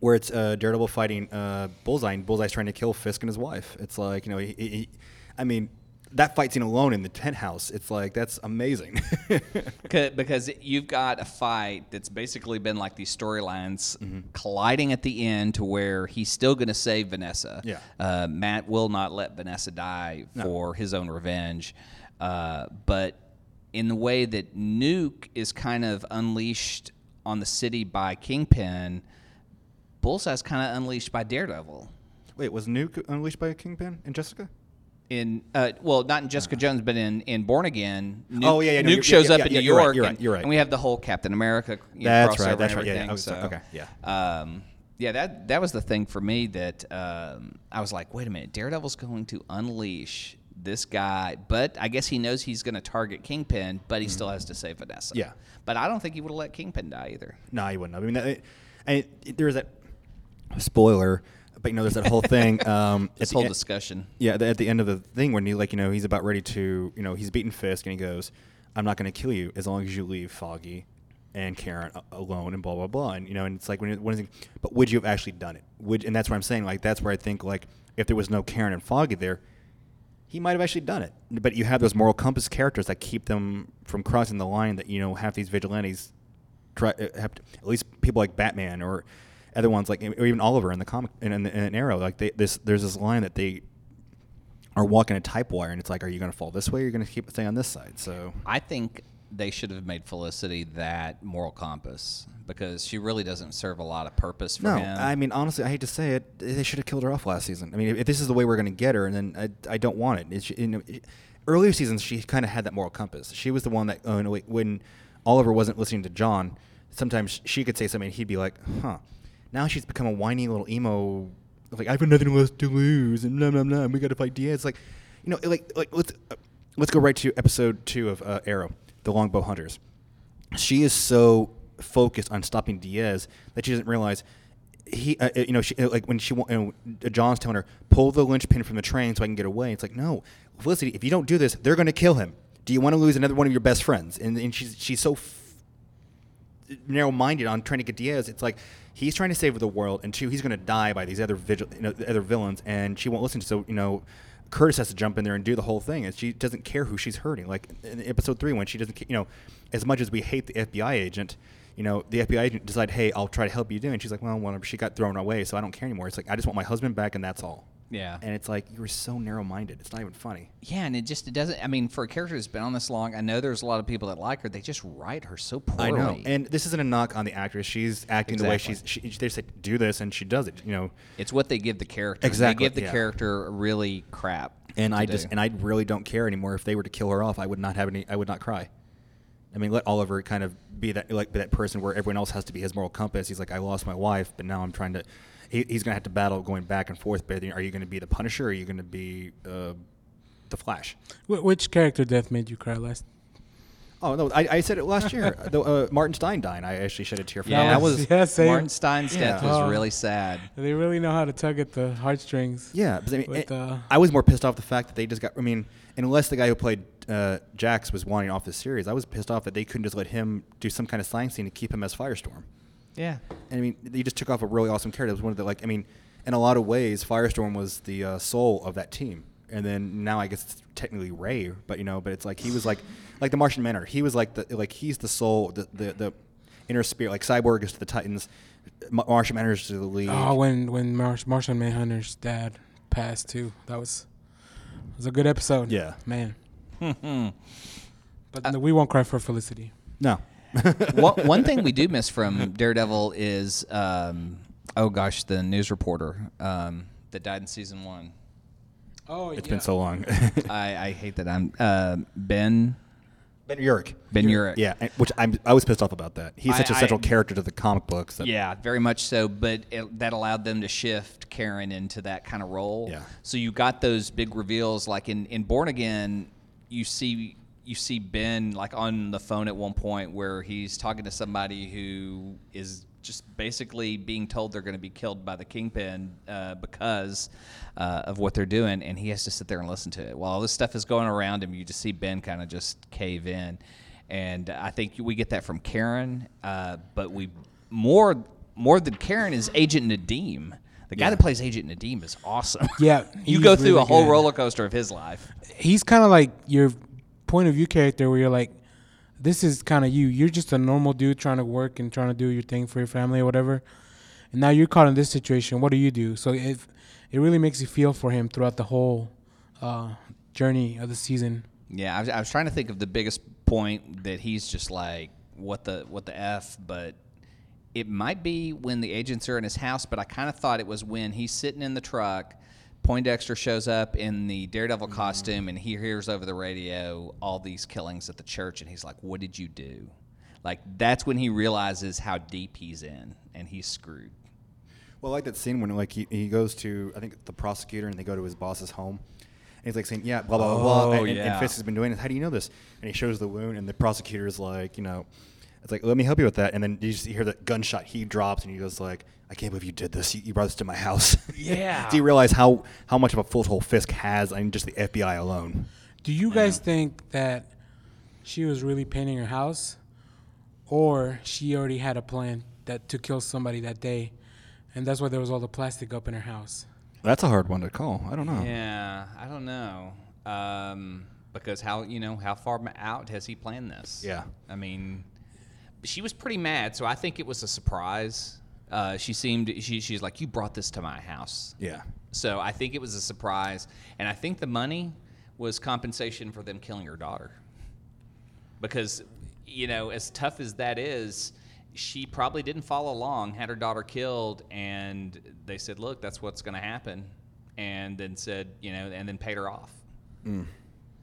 B: where it's uh, Daredevil fighting uh, Bullseye and Bullseye's trying to kill Fisk and his wife. It's like you know, he, he, he- I mean, that fight scene alone in the penthouse, it's like that's amazing.
A: C- because you've got a fight that's basically been like these storylines colliding at the end to where he's still going to save Vanessa.
B: Yeah.
A: Uh, Matt will not let Vanessa die for his own revenge. Uh, but in the way that Nuke is kind of unleashed on the city by Kingpin, Bullseye's kind of unleashed by Daredevil.
B: Wait, was Nuke unleashed by Kingpin and Jessica?
A: in uh, well, not in Jessica Jones, but in in Born Again. Nuke,
B: Uh-huh. Oh, yeah, yeah, no,
A: Nuke
B: you're-
A: shows
B: yeah,
A: up
B: yeah,
A: in
B: yeah,
A: New
B: you're right,
A: York.
B: you're
A: and,
B: right, you're right.
A: And we have the whole Captain America. You know,
B: That's
A: crossover
B: right, that's
A: and
B: right, yeah, yeah,
A: everything,
B: I was-
A: so,
B: okay, yeah.
A: Um, yeah, that that was the thing for me that um, I was like, wait a minute, Daredevil's going to unleash this guy, but I guess he knows he's going to target Kingpin, but he still has to save Vanessa.
B: Mm-hmm. Yeah.
A: but I don't think he would have let Kingpin die either.
B: No, he wouldn't. have. I mean, that, it, and it, there was that spoiler, but you know, there's that whole thing. Um,
A: This
B: at the
A: whole
B: en-
A: discussion.
B: Yeah, the, at the end of the thing when he like you know he's about ready to you know he's beaten Fisk and he goes, "I'm not going to kill you as long as you leave Foggy and Karen a- alone and blah blah blah." And you know, and it's like when it, when it's, but would you have actually done it? Would and that's where I'm saying like that's where I think like if there was no Karen and Foggy there, he might have actually done it. But you have those moral compass characters that keep them from crossing the line that you know have these vigilantes try uh, have to, at least people like Batman or other ones like e, or even Oliver in the comic in, in, in Arrow like they, this there's this line that they are walking a type wire and it's like are you going to fall this way or are you going to keep staying on this side so
A: I think they should have made Felicity that moral compass because she really doesn't serve a lot of purpose for
B: no
A: him.
B: I mean honestly I hate to say it they should have killed her off last season I mean if, if this is the way we're going to get her and then I, I don't want it it's you know it- earlier seasons she kind of had that moral compass she was the one that oh, no, wait, when Oliver wasn't listening to John sometimes she could say something and he'd be like huh now she's become a whiny little emo like I've got nothing left to lose and blah blah blah and we got to fight Diaz like you know like like let's uh, let's go right to episode two of uh, Arrow the Longbow Hunters she is so focused on stopping Diaz that she doesn't realize he, uh, you know, she, uh, like when she, wa- you know, John's telling her, pull the linchpin from the train so I can get away. It's like, no, Felicity, if you don't do this, they're going to kill him. Do you want to lose another one of your best friends? And, and she's, she's so f- narrow minded on trying to get Diaz. It's like he's trying to save the world, and two, he's going to die by these other vigil, you know, the other villains, and she won't listen. So you know, Curtis has to jump in there and do the whole thing, and she doesn't care who she's hurting. Like in episode three, when she doesn't, ca- you know, as much as we hate the FBI agent. You know, the FBI agent decide, hey, I'll try to help you do. it." And she's like, well, whatever. She got thrown away, so I don't care anymore. It's like, I just want my husband back, and that's all.
A: Yeah.
B: And it's like, you were so narrow minded. It's not even funny.
A: yeah, and it just it doesn't. I mean, for a character who's been on this long, I know there's a lot of people that like her. They just write her so poorly.
B: I know. And this isn't a knock on the actress. She's acting the way
A: Exactly.
B: she's, she, they said, do this, and she does it. You know,
A: it's what they give the character.
B: Exactly,
A: They give the
B: yeah.
A: character really crap.
B: and
A: to
B: I
A: do.
B: just and I really don't care anymore if they were to kill her off. I would not have any. I would not cry. I mean, let Oliver kind of be that like be that person where everyone else has to be his moral compass. He's like, I lost my wife, but now I'm trying to. He, he's gonna have to battle going back and forth. But are you gonna be the Punisher? Or are you gonna be uh, the Flash?
C: Wh- which character death made you cry last?
B: Oh no, I, I said it last year. the, uh, Martin Stein dying. I actually shed a tear for
A: Yeah,
B: that.
A: that
B: one.
A: was
C: Yeah, same.
A: Martin Stein's death
B: Yeah.
A: was
C: Oh.
A: really sad.
C: They really know how to tug at the heartstrings.
B: Yeah, but I mean,
C: With,
B: it-
C: uh,
B: I was more pissed off the fact that they just got. I mean, unless the guy who played uh, Jax was wanting off the series, I was pissed off that they couldn't just let him do some kind of sign scene to keep him as Firestorm.
A: Yeah.
B: And I mean, they just took off a really awesome character. It was one of the like. I mean, in a lot of ways, Firestorm was the uh, soul of that team. And then now I guess it's technically Ray, but you know, but it's like he was like, like the Martian Manhunter. He was like the like he's the soul, the the, the inner spirit. Like Cyborg is to the Titans, Ma- Martian Manhunter is to the League.
C: Oh, when when Marsh, Martian Manhunter's dad passed too. That was it was a good episode.
B: Yeah.
C: man.
A: Hmm. Uh,
C: but no, we won't cry for Felicity.
B: no,
A: one, one thing we do miss from Daredevil is, um, oh gosh, the news reporter um, that died in season one.
C: Oh,
B: it's been so long.
A: I, I hate that I'm uh, Ben
B: ben Urich.
A: Ben Urich.
B: Yeah, and- which I'm, I was pissed off about that. He's
A: I-
B: such a
A: I-
B: central character to the comic books. That,
A: Yeah, very much so. But it, that allowed them to shift Karen into that kind of role.
B: Yeah.
A: So you got those big reveals, like in, in Born Again, you see you see Ben like on the phone at one point where he's talking to somebody who is just basically being told they're going to be killed by the kingpin uh, because uh, of what they're doing, and he has to sit there and listen to it while all this stuff is going around him. You just see Ben kind of just cave in. And I think we get that from Karen, uh, but we more more than Karen is Agent Nadim. The guy that plays Agent Nadim is awesome.
C: Yeah,
A: you
C: he's
A: go through
C: really
A: a whole
C: good.
A: roller coaster of his life.
C: He's kind of like your point of view character, where you're like, this is kind of you. You're just a normal dude trying to work and trying to do your thing for your family or whatever. And now you're caught in this situation. What do you do? So it it really makes you feel for him throughout the whole uh, journey of the season.
A: Yeah, I was, I was trying to think of the biggest point that he's just like, what the what the f? But it might be when the agents are in his house. But I kind of thought it was when he's sitting in the truck. Poindexter shows up in the Daredevil costume, and he hears over the radio all these killings at the church, and he's like, "What did you do?" Like that's when he realizes how deep he's in, and he's screwed.
B: Well, I like that scene when like he, he goes to I think the prosecutor and they go to his boss's home, and he's like saying yeah blah blah
A: Oh,
B: blah, and, and-
A: yeah.
B: and Fisk has been doing this. How do you know this? And he shows the wound, and the prosecutor's like you know, it's like let me help you with that. And then you just hear the gunshot. He drops, and he goes like I can't believe you did this. You, you brought this to my house.
A: Yeah.
B: do you realize how how much of a foothold Fisk has? I mean, just the FBI alone.
C: Do you guys think that she was really painting her house, or she already had a plan that to kill somebody that day, and that's why there was all the plastic up in her house?
B: That's a hard one to call. I don't know.
A: Yeah, I don't know. Um, because how you know how far ma- out has he planned this?
B: Yeah.
A: I mean, she was pretty mad, so I think it was a surprise. Uh, she seemed she she's like you brought this to my house,
B: Yeah.
A: so I think it was a surprise, and I think the money was compensation for them killing her daughter, because you know as tough as that is. She probably didn't follow along, had her daughter killed, and they said, "Look, that's what's going to happen," and then said, you know, and then paid her off.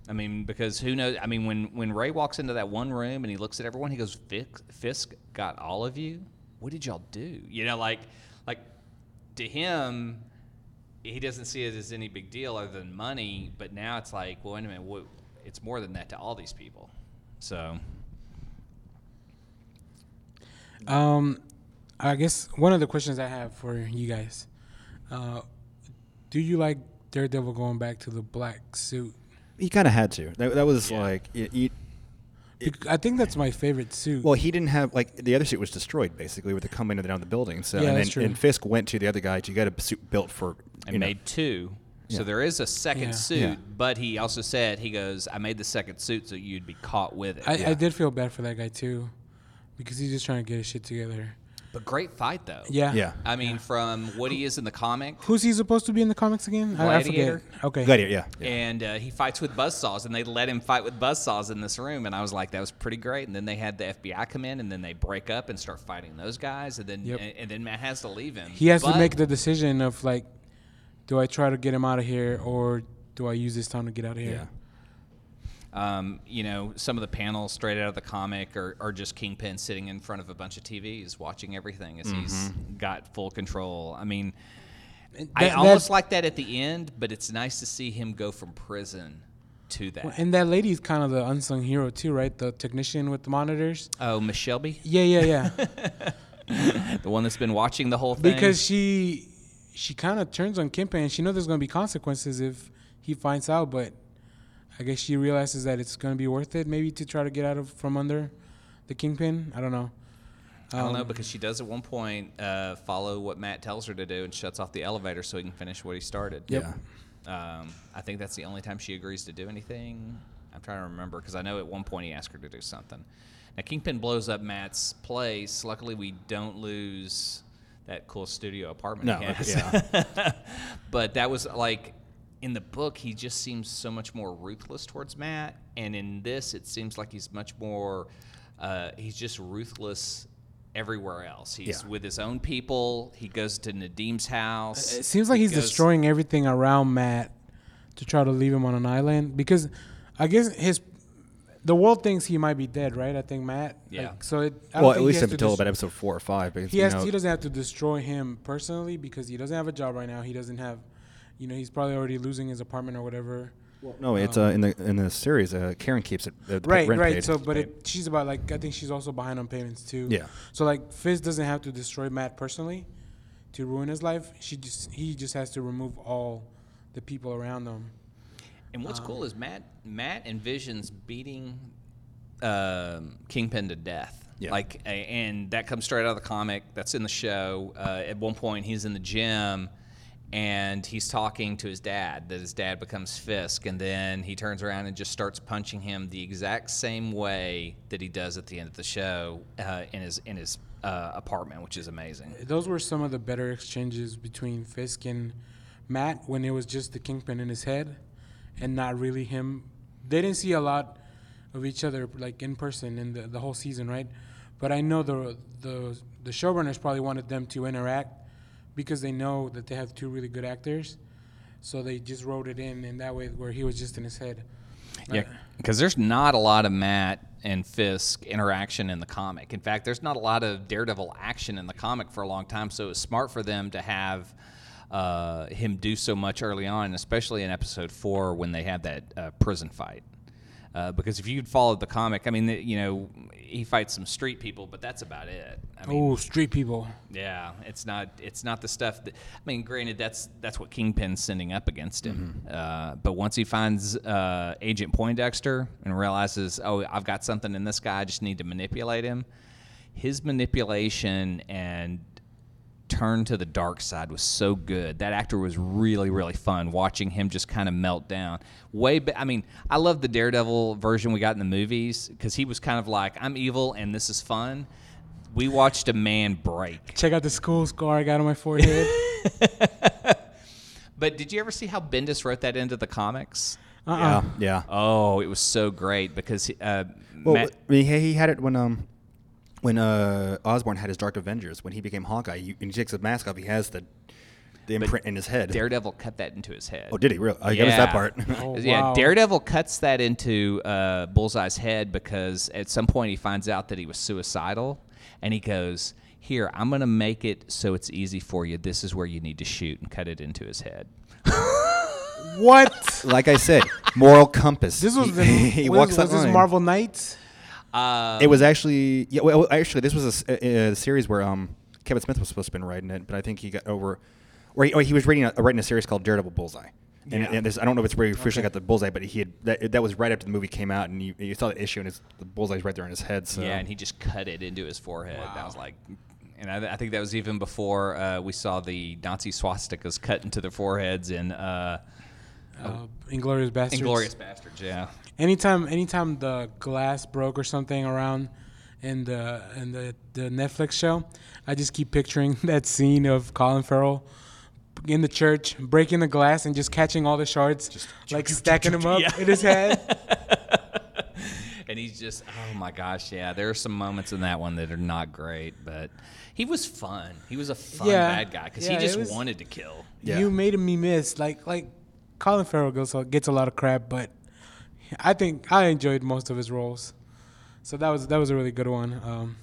A: I mean, because who knows? I mean, when when Ray walks into that one room and he looks at everyone, he goes, "Fisk, Fisk got all of you. What did y'all do?" You know, like like to him, he doesn't see it as any big deal other than money. But now it's like, well, wait a minute, what, it's more than that to all these people. So
C: Um, I guess one of the questions I have for you guys: uh, Do you like Daredevil going back to the black suit?
B: He kind of had to. That, that was
A: Yeah.
B: like you, you,
C: Bec- I think that's my favorite suit.
B: Well, he didn't have like the other suit was destroyed basically with the coming down the building. So
C: Yeah,
B: and,
C: that's
B: then-
C: true.
B: and Fisk went to the other guy to get a suit built for
A: and
B: you know,
A: made two. So there is a second
C: Yeah.
A: suit,
B: Yeah.
A: but he also said he goes, "I made the second suit so you'd be caught with it."
C: I, I did feel bad for that guy too, because he's just trying to get his shit together.
A: but great fight though.
C: Yeah.
B: yeah.
A: I mean, from what he is in the comic
C: Who's he supposed to be in the comics again? I, I forget.
A: Gladiator.
C: Okay.
B: Gladiator, yeah. yeah.
A: and uh, he fights with buzzsaws, and they let him fight with buzzsaws in this room. And I was like, that was pretty great. And then they had the FBI come in, and then they break up and start fighting those guys. And then
C: Yep.
A: and, and then Matt has to leave him.
C: he has
A: But-
C: to make the decision of like, do I try to get him out of here or do I use this time to get out of here?
A: um, you know, some of the panels straight out of the comic are, are just Kingpin sitting in front of a bunch of TVs watching everything as he's got full control. I mean, I
C: Mm-hmm. that-
A: almost
C: that's-
A: like that at the end, but it's nice to see him go from prison to that.
C: Well, and that lady's kind of the unsung hero too, right? The technician with the monitors.
A: oh, Miss Shelby,
C: Yeah, yeah, yeah.
A: the one that's been watching the whole thing.
C: because she she kind of turns on Kimpa, and she knows there's going to be consequences if he finds out. But I guess she realizes that it's going to be worth it, maybe to try to get out of from under the kingpin. I don't know.
A: I don't know
C: um,
A: because she does at one point uh, follow what Matt tells her to do and shuts off the elevator so he can finish what he started.
B: Yeah.
A: Um, I think that's the only time she agrees to do anything. I'm trying to remember because I know at one point he asked her to do something. Now Kingpin blows up Matt's place. Luckily, we don't lose that cool studio apartment.
B: No,
A: he has. but that was like in the book, he just seems so much more ruthless towards Matt, and in this, it seems like he's much more. Uh, he's just ruthless everywhere else. He's
B: Yeah.
A: with his own people. He goes to Nadim's house.
C: It seems like
A: He
C: he's
A: goes-
C: destroying everything around Matt to try to leave him on an island because I guess his the world thinks he might be dead, right? I think Matt.
A: Yeah.
C: Like, so it. I don't
B: Well, at
C: think he
B: least
C: has to
B: until
C: dest-
B: about episode four or five. Because,
C: he
B: you
C: has.
B: know,
C: he doesn't have to destroy him personally because he doesn't have a job right now. He doesn't have, you know, he's probably already losing his apartment or whatever.
B: no, it's uh, in the in the series. Uh, Karen keeps it. Uh, the
C: Right,
B: rent
C: right.
B: paid.
C: So, but it, she's about like I think she's also behind on payments too.
B: Yeah.
C: So like Fizz doesn't have to destroy Matt personally to ruin his life. She just he just has to remove all the people around them.
A: And what's cool is Matt Matt envisions beating um, Kingpin to death.
B: Yeah.
A: Like, a- and that comes straight out of the comic. That's in the show. Uh, at one point, he's in the gym, and he's talking to his dad. That his dad becomes Fisk, and then he turns around and just starts punching him the exact same way that he does at the end of the show uh, in his in his uh, apartment, which is amazing.
C: Those were some of the better exchanges between Fisk and Matt when it was just the kingpin in his head and not really him. They didn't see a lot of each other like in person in the, the whole season, right? But I know the, the the showrunners probably wanted them to interact because they know that they have two really good actors. So they just wrote it in and that way where he was just in his head.
A: Yeah, because there's not a lot of Matt and Fisk interaction in the comic. In fact, there's not a lot of Daredevil action in the comic for a long time. So it was smart for them to have uh, him do so much early on, especially in episode four when they had that uh, prison fight. Uh, because if you'd followed the comic, I mean, you know, he fights some street people, but that's about it. I mean,
C: Oh, street people.
A: yeah, it's not it's not the stuff that I mean. Granted, that's that's what Kingpin's sending up against him. Uh, but once he finds uh, Agent Poindexter and realizes, oh, I've got something in this guy, I just need to manipulate him. His manipulation and turn to the dark side was so good. That actor was really really fun watching him just kind of melt down. Way, ba- I mean, I love the Daredevil version we got in the movies because he was kind of like, I'm evil and this is fun. We watched a man break.
C: Check out the school scar I got on my forehead.
A: But did you ever see how Bendis wrote that into the comics?
C: Uh-uh. uh.
B: yeah, yeah.
A: Oh, it was so great because uh,
B: Well,
A: Matt,
B: I mean, he, he had it when um when uh Osborn had his Dark Avengers when he became Hawkeye. He, and he takes the mask off. He has the the imprint in his head.
A: Daredevil cut that into his head.
B: oh, did he really? I noticed that part.
C: Oh,
A: yeah,
C: wow.
A: Daredevil cuts that into uh, Bullseye's head because at some point he finds out that he was suicidal, and he goes, "Here, I'm gonna make it so it's easy for you. This is where you need to shoot," and cut it into his head.
C: what?
B: like I said, moral compass.
C: This was
B: he,
C: the
B: he
C: what is-
B: walks
C: was
B: that
C: this
B: line.
C: Marvel Knights?
B: It was actually yeah. Well, actually, this was a s- a, a series where um Kevin Smith was supposed to have been writing it, but I think he got over, or he, or he was reading a, writing a series called Daredevil Bullseye. And, and this, I don't know if it's where he officially got the bullseye, but he had that, that was right after the movie came out, and you, you saw the issue, and his, the bullseye's right there in his head. So
A: Yeah, and he just cut it into his forehead. And I was like, and I, I think that was even before uh, we saw the Nazi swastikas cut into their foreheads in uh,
C: Uh, Inglorious Bastards.
A: Inglorious Bastards. Yeah.
C: Anytime, anytime the glass broke or something around in the in the, the Netflix show, I just keep picturing that scene of Colin Farrell in the church breaking the glass and just catching all the shards, like stacking them up in his head.
A: And he's just, oh my gosh, yeah. There are some moments in that one that are not great, but he was fun. He was a fun
C: Yeah.
A: bad guy because
C: Yeah,
A: he
C: it
A: just
C: was-
A: wanted to kill.
B: Yeah.
C: You made me miss. Like like Colin Farrell goes gets a lot of crap, but I think I enjoyed most of his roles. So that was that was a really good one. Um,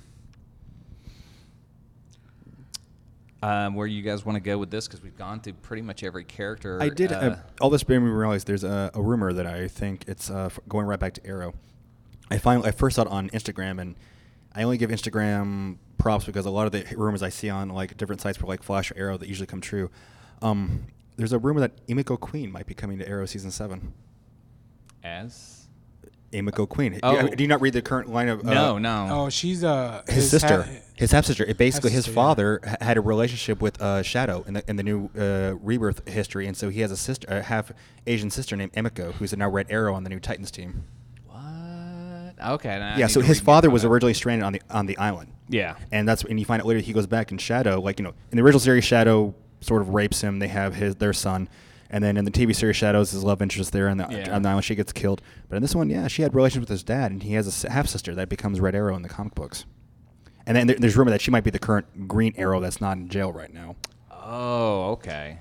A: um, where you guys want to go with this because we've gone through pretty much every character.
B: I did. Uh,
A: uh,
B: all this made me realize there's a, a rumor that I think it's uh, f- going right back to Arrow. I finally, I first saw it on Instagram, and I only give Instagram props because a lot of the rumors I see on like different sites for like Flash or Arrow that usually come true. Um, there's a rumor that Emiko Queen might be coming to Arrow season seven.
A: as
B: Emiko Queen.
A: Oh.
B: Do, you, do you not read the current line of? uh,
A: no, no.
C: Oh, she's uh
B: his,
C: ha-
B: sister, his half sister. It basically his
C: Half-sister, yeah.
B: father h- had a relationship with uh, Shadow in the in the new uh, rebirth history, and so he has a sister, a half Asian sister named Emiko, who's now Red Arrow on the new Titans team.
A: What? Okay. now I
B: yeah,
A: need
B: so
A: to
B: his
A: read more
B: father
A: about
B: was
A: it.
B: originally stranded on the on the island.
A: Yeah.
B: and that's and you find out later he goes back and Shadow, like you know, in the original series, Shadow sort of rapes him. They have his their son. And then in the TV series, Shadows his love interest there on the,
A: Yeah.
B: on the island. She gets killed, but in this one, yeah, she had relations with his dad, and he has a half sister that becomes Red Arrow in the comic books. And then there, there's rumor that she might be the current Green Arrow that's not in jail right now.
A: Oh, okay.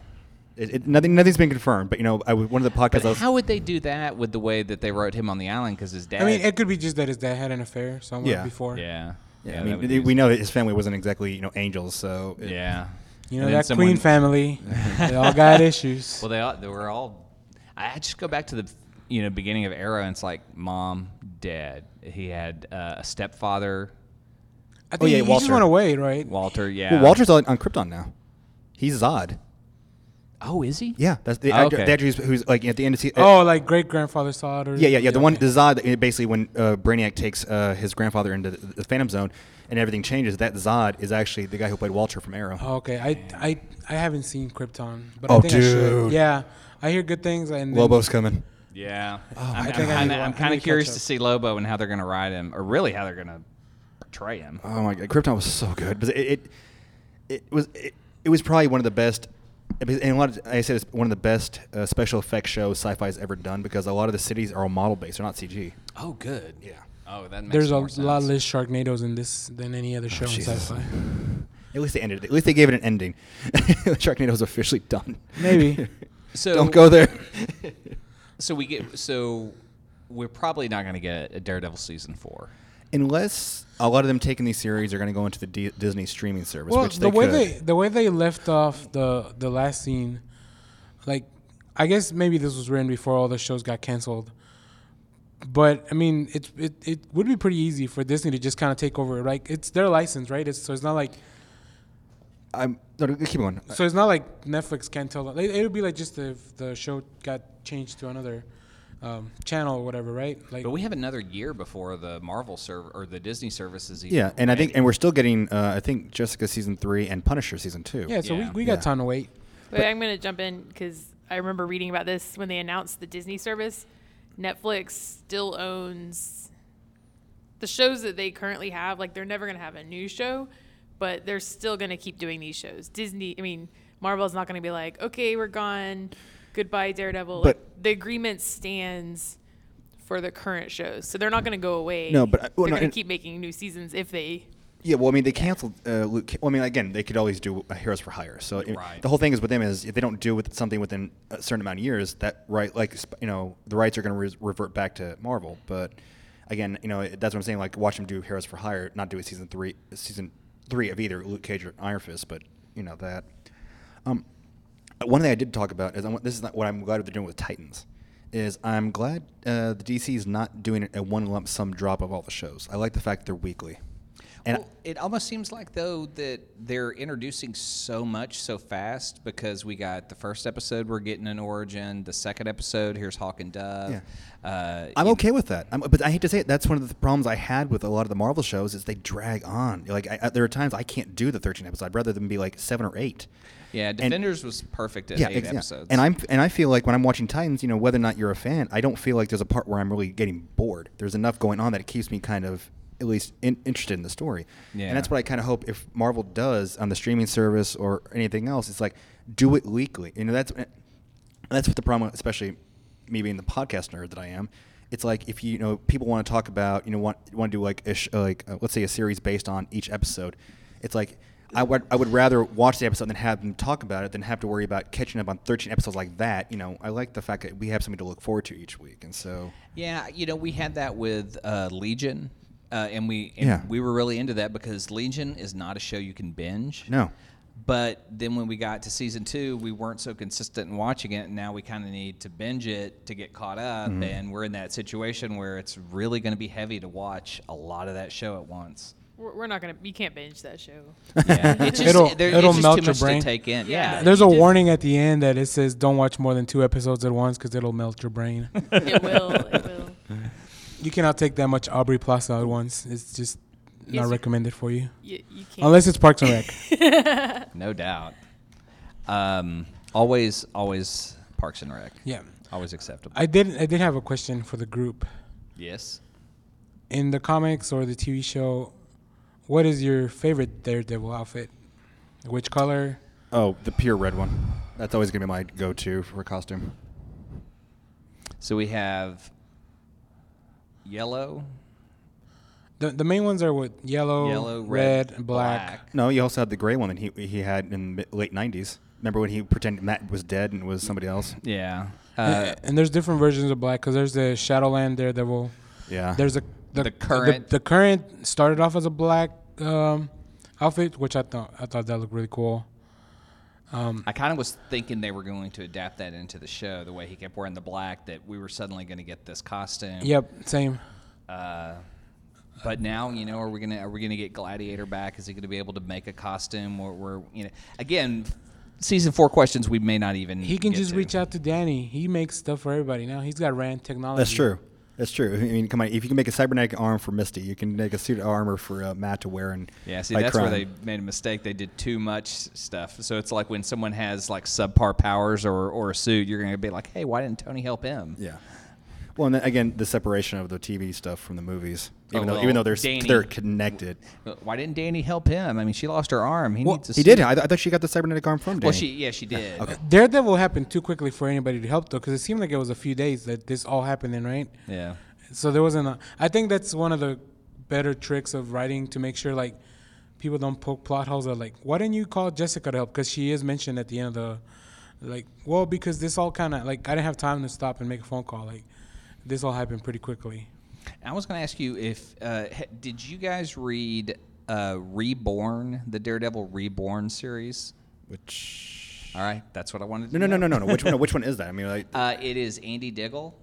B: It, it, nothing, nothing's been confirmed, but you know, I was, one of the podcasts.
A: But
B: I was,
A: how would they do that with the way that they wrote him on the island? Because his dad.
C: I mean, it could be just that his dad had an affair somewhere
B: Yeah.
C: before.
A: yeah.
B: yeah, I
A: that
B: mean,
A: would
B: they-
A: use-
B: we know that his family wasn't exactly you know angels, so it-
A: Yeah.
C: You know
A: And then
C: that
A: someone-
C: Queen family, they all got issues.
A: Well, they all, they were all. I just go back to the you know beginning of Arrow, and it's like mom, dad. He had uh, a stepfather,
C: I think
B: Oh, yeah,
C: he, he just
B: Walter.
C: went away, right?
A: Walter. Yeah.
B: Well, Walter's on, on Krypton now. He's Zod.
A: Oh, is he?
B: Yeah, that's the
A: Oh,
B: actor,
A: okay.
B: the actor who's, who's like at the end of se-
C: Oh, like great grandfather saw it. Or
B: Yeah, yeah, yeah. The one,
C: okay.
B: the Zod, that- basically when uh, Brainiac takes uh, his grandfather into the the Phantom Zone and everything changes, that Zod is actually the guy who played Walter from Arrow.
C: Oh, okay, I, I I haven't seen Krypton, but I
B: Oh,
C: think I should.
B: dude.
C: Yeah, I hear good things. And then-
B: Lobo's coming.
A: Yeah. I'm,
C: Oh, I
A: I'm,
C: think I
A: kinda-
C: need to- I
A: I'm
C: need
A: kind
C: to
A: of
C: catch
A: curious
C: up.
A: to see Lobo and how they're going to ride him, or really how they're going to portray him.
B: Oh my god, Krypton was so good. But it, it, it was it, it was probably one of the best. And a lot of, I said it's one of the best uh, special effects shows sci-fi's ever done because a lot of the cities are all model based, they're not CG.
A: Oh, good. Yeah. Oh, that makes
C: there's a
A: more sense.
C: lot less Sharknadoes in this than any other show in
B: Oh, Jesus.
C: sci-fi.
B: At least they ended it. At least they gave it an ending. Sharknado's officially done.
C: Maybe.
A: So
B: Don't go there.
A: So we get. So we're probably not going to get a Daredevil season four.
B: Unless a lot of them taking these series are going to go into the D- Disney streaming service,
C: Well,
B: which
C: the
B: they
C: way
B: could.
C: they the way they left off the the last scene, like I guess maybe this was written before all the shows got canceled. But I mean, it it, it would be pretty easy for Disney to just kind of take over. Like it's their license, right? It's, so it's not like
B: I'm no, no, keep going.
C: so it's not like Netflix can't tell. Them. It, it would be like just if the show got changed to another um, channel or whatever, right? Like
A: But we have another year before the Marvel server or the Disney services. Even
B: Yeah, and I think and we're still getting uh, I think Jessica season three and Punisher season two.
C: yeah, so
A: Yeah.
C: we, we got
B: Yeah.
C: time to wait.
D: But I'm going to jump in because I remember reading about this when they announced the Disney service. Netflix still owns the shows that they currently have. Like, they're never going to have a new show, but they're still going to keep doing these shows. Disney, I mean, Marvel's not going to be like, okay, we're gone. Goodbye, Daredevil.
B: But-
D: like, the agreement stands for the current shows. So they're not going to go away.
B: No, but I- well,
D: they're
B: no,
D: going
B: and-
D: to keep making new seasons if they
B: Yeah, well, I mean, they canceled uh, Luke. Ca- Well, I mean, again, they could always do a Heroes for Hire. So I mean,
A: Right.
B: the whole thing is with them is if they don't do with something within a certain amount of years, that right, like sp- you know, the rights are going to re- revert back to Marvel. But again, you know, that's what I'm saying. Like, watch them do Heroes for Hire, not do a season three, season three of either Luke Cage or Iron Fist. But you know that. Um, one thing I did talk about is I want, this is not what I'm glad they're doing with Titans. Is I'm glad uh, the DC is not doing a one lump sum drop of all the shows. I like the fact they're weekly. And
A: well, it almost seems like though that they're introducing so much so fast because we got the first episode we're getting an origin, the second episode here's Hawk and Dove. Uh,
B: I'm okay with that. I'm, but I hate to say it. That's one of the problems I had with a lot of the Marvel shows is they drag on. Like I, I- there are times I can't do the 13 episode. I'd rather than be like seven or eight.
A: yeah, Defenders was perfect at eight
B: ex-
A: episodes.
B: And I'm and I feel like when I'm watching Titans, you know, whether or not you're a fan, I don't feel like there's a part where I'm really getting bored. There's enough going on that it keeps me kind of at least in, interested in the story.
A: Yeah.
B: And that's what I kind of hope if Marvel does on the streaming service or anything else, it's like do it weekly. You know, that's eh, that's what the problem, especially me being the podcast nerd that I am. It's like if you, you know people want to talk about you know want want to do like a sh- uh, like uh, let's say a series based on each episode. It's like I would I would rather watch the episode than have them talk about it than have to worry about catching up on 13 episodes like that. You know I like the fact that we have something to look forward to each week, and so
A: Yeah, you know, we had that with uh, Legion, uh, and we and
B: Yeah.
A: we were really into that because Legion is not a show you can binge.
B: No.
A: But then when we got to season two, we weren't so consistent in watching it. And now we kind of need to binge it to get caught up.
C: Mm-hmm.
A: And we're in that situation where it's really going to be heavy to watch a lot of that show at once.
D: We're, we're not gonna. You can't binge that show.
A: Yeah. It's just,
C: It'll-
A: there-
C: it'll
A: it's just
C: melt
A: too
C: your
A: much
C: brain.
A: to take in.
D: Yeah.
A: Yeah.
C: There's a
D: Uh, You just-
C: warning at the end that it says don't watch more than two episodes at once because it'll melt your brain.
D: It will. It will.
C: you cannot take that much Aubrey Plaza at once. It's just
D: Yes,
C: not
D: sir.
C: recommended for you
D: You, you can't.
C: unless it's Parks and Rec.
A: No doubt. Um, always, always Parks and Rec.
C: yeah,
A: Always acceptable.
C: I did. I did have a question for the group.
A: yes.
C: In the comics or the TV show, what is your favorite Daredevil outfit? Which color?
B: Oh, the pure red one. That's always gonna be my go-to for a costume.
A: So we have yellow,
C: The the main ones are what yellow,
A: yellow,
C: Oh, red,
A: red,
C: black.
B: No, you also had the gray one that he he had in the mi- late '90s. Remember when he pretended Matt was dead and was somebody else?
A: Yeah.
C: Uh,
A: Uh,
C: and there's different versions of black because there's the Shadowland Daredevil.
B: Yeah.
C: There's a
A: The current.
C: The, current started off as a black um, outfit, which I thought I thought that looked really cool. Um,
A: I kind of was thinking they were going to adapt that into the show, the way he kept wearing the black, that we were suddenly going to get this costume.
C: yep, same.
A: Uh, but now, you know, are we gonna are we gonna get Gladiator back? Is he gonna be able to make a costume? Or we're you know, again, season four questions we may not even.
C: He can
A: get
C: just
A: to.
C: reach out to Danny. He makes stuff for everybody now. He's got Rand technology.
B: That's true. That's true. I mean, come on. If you can make a cybernetic arm for Misty, you can make a suit of armor for uh, Matt to wear. And
A: Yeah, see,
B: fight
A: that's where
B: crime.
A: they made a mistake. They did too much s- stuff. So it's like when someone has like subpar powers or, or a suit, you're going to be like, hey, why didn't Tony help him?
B: Yeah. Well, and then, again, the separation of the TV stuff from the movies, even
A: Oh,
B: though
A: well,
B: even though they're s-
A: Danny-
B: they're connected.
A: Why didn't Danny help him? I mean, she lost her arm. He
C: Well,
A: needs a
B: He
A: suit.
B: did. I, th- I thought she got the cybernetic arm from Danny.
A: Well, she yeah, she did.
B: Okay.
C: Daredevil happened too quickly for anybody to help though, because it seemed like it was a few days that this all happened in, right?
A: Yeah.
C: So there wasn't. A, I think that's one of the better tricks of writing to make sure like people don't poke plot holes. Are like, why didn't you call Jessica to help? Because she is mentioned at the end of the, like, well, because this all kind of like I didn't have time to stop and make a phone call. Like, this all happened pretty quickly.
A: I was going to ask you if uh, h- did you guys read uh, Reborn, the Daredevil Reborn series?
B: Which
A: All right, that's what I wanted. To
B: no no no
A: know.
B: no no no. Which one? no, Which one is that? I mean, like,
A: Uh, it is Andy Diggle.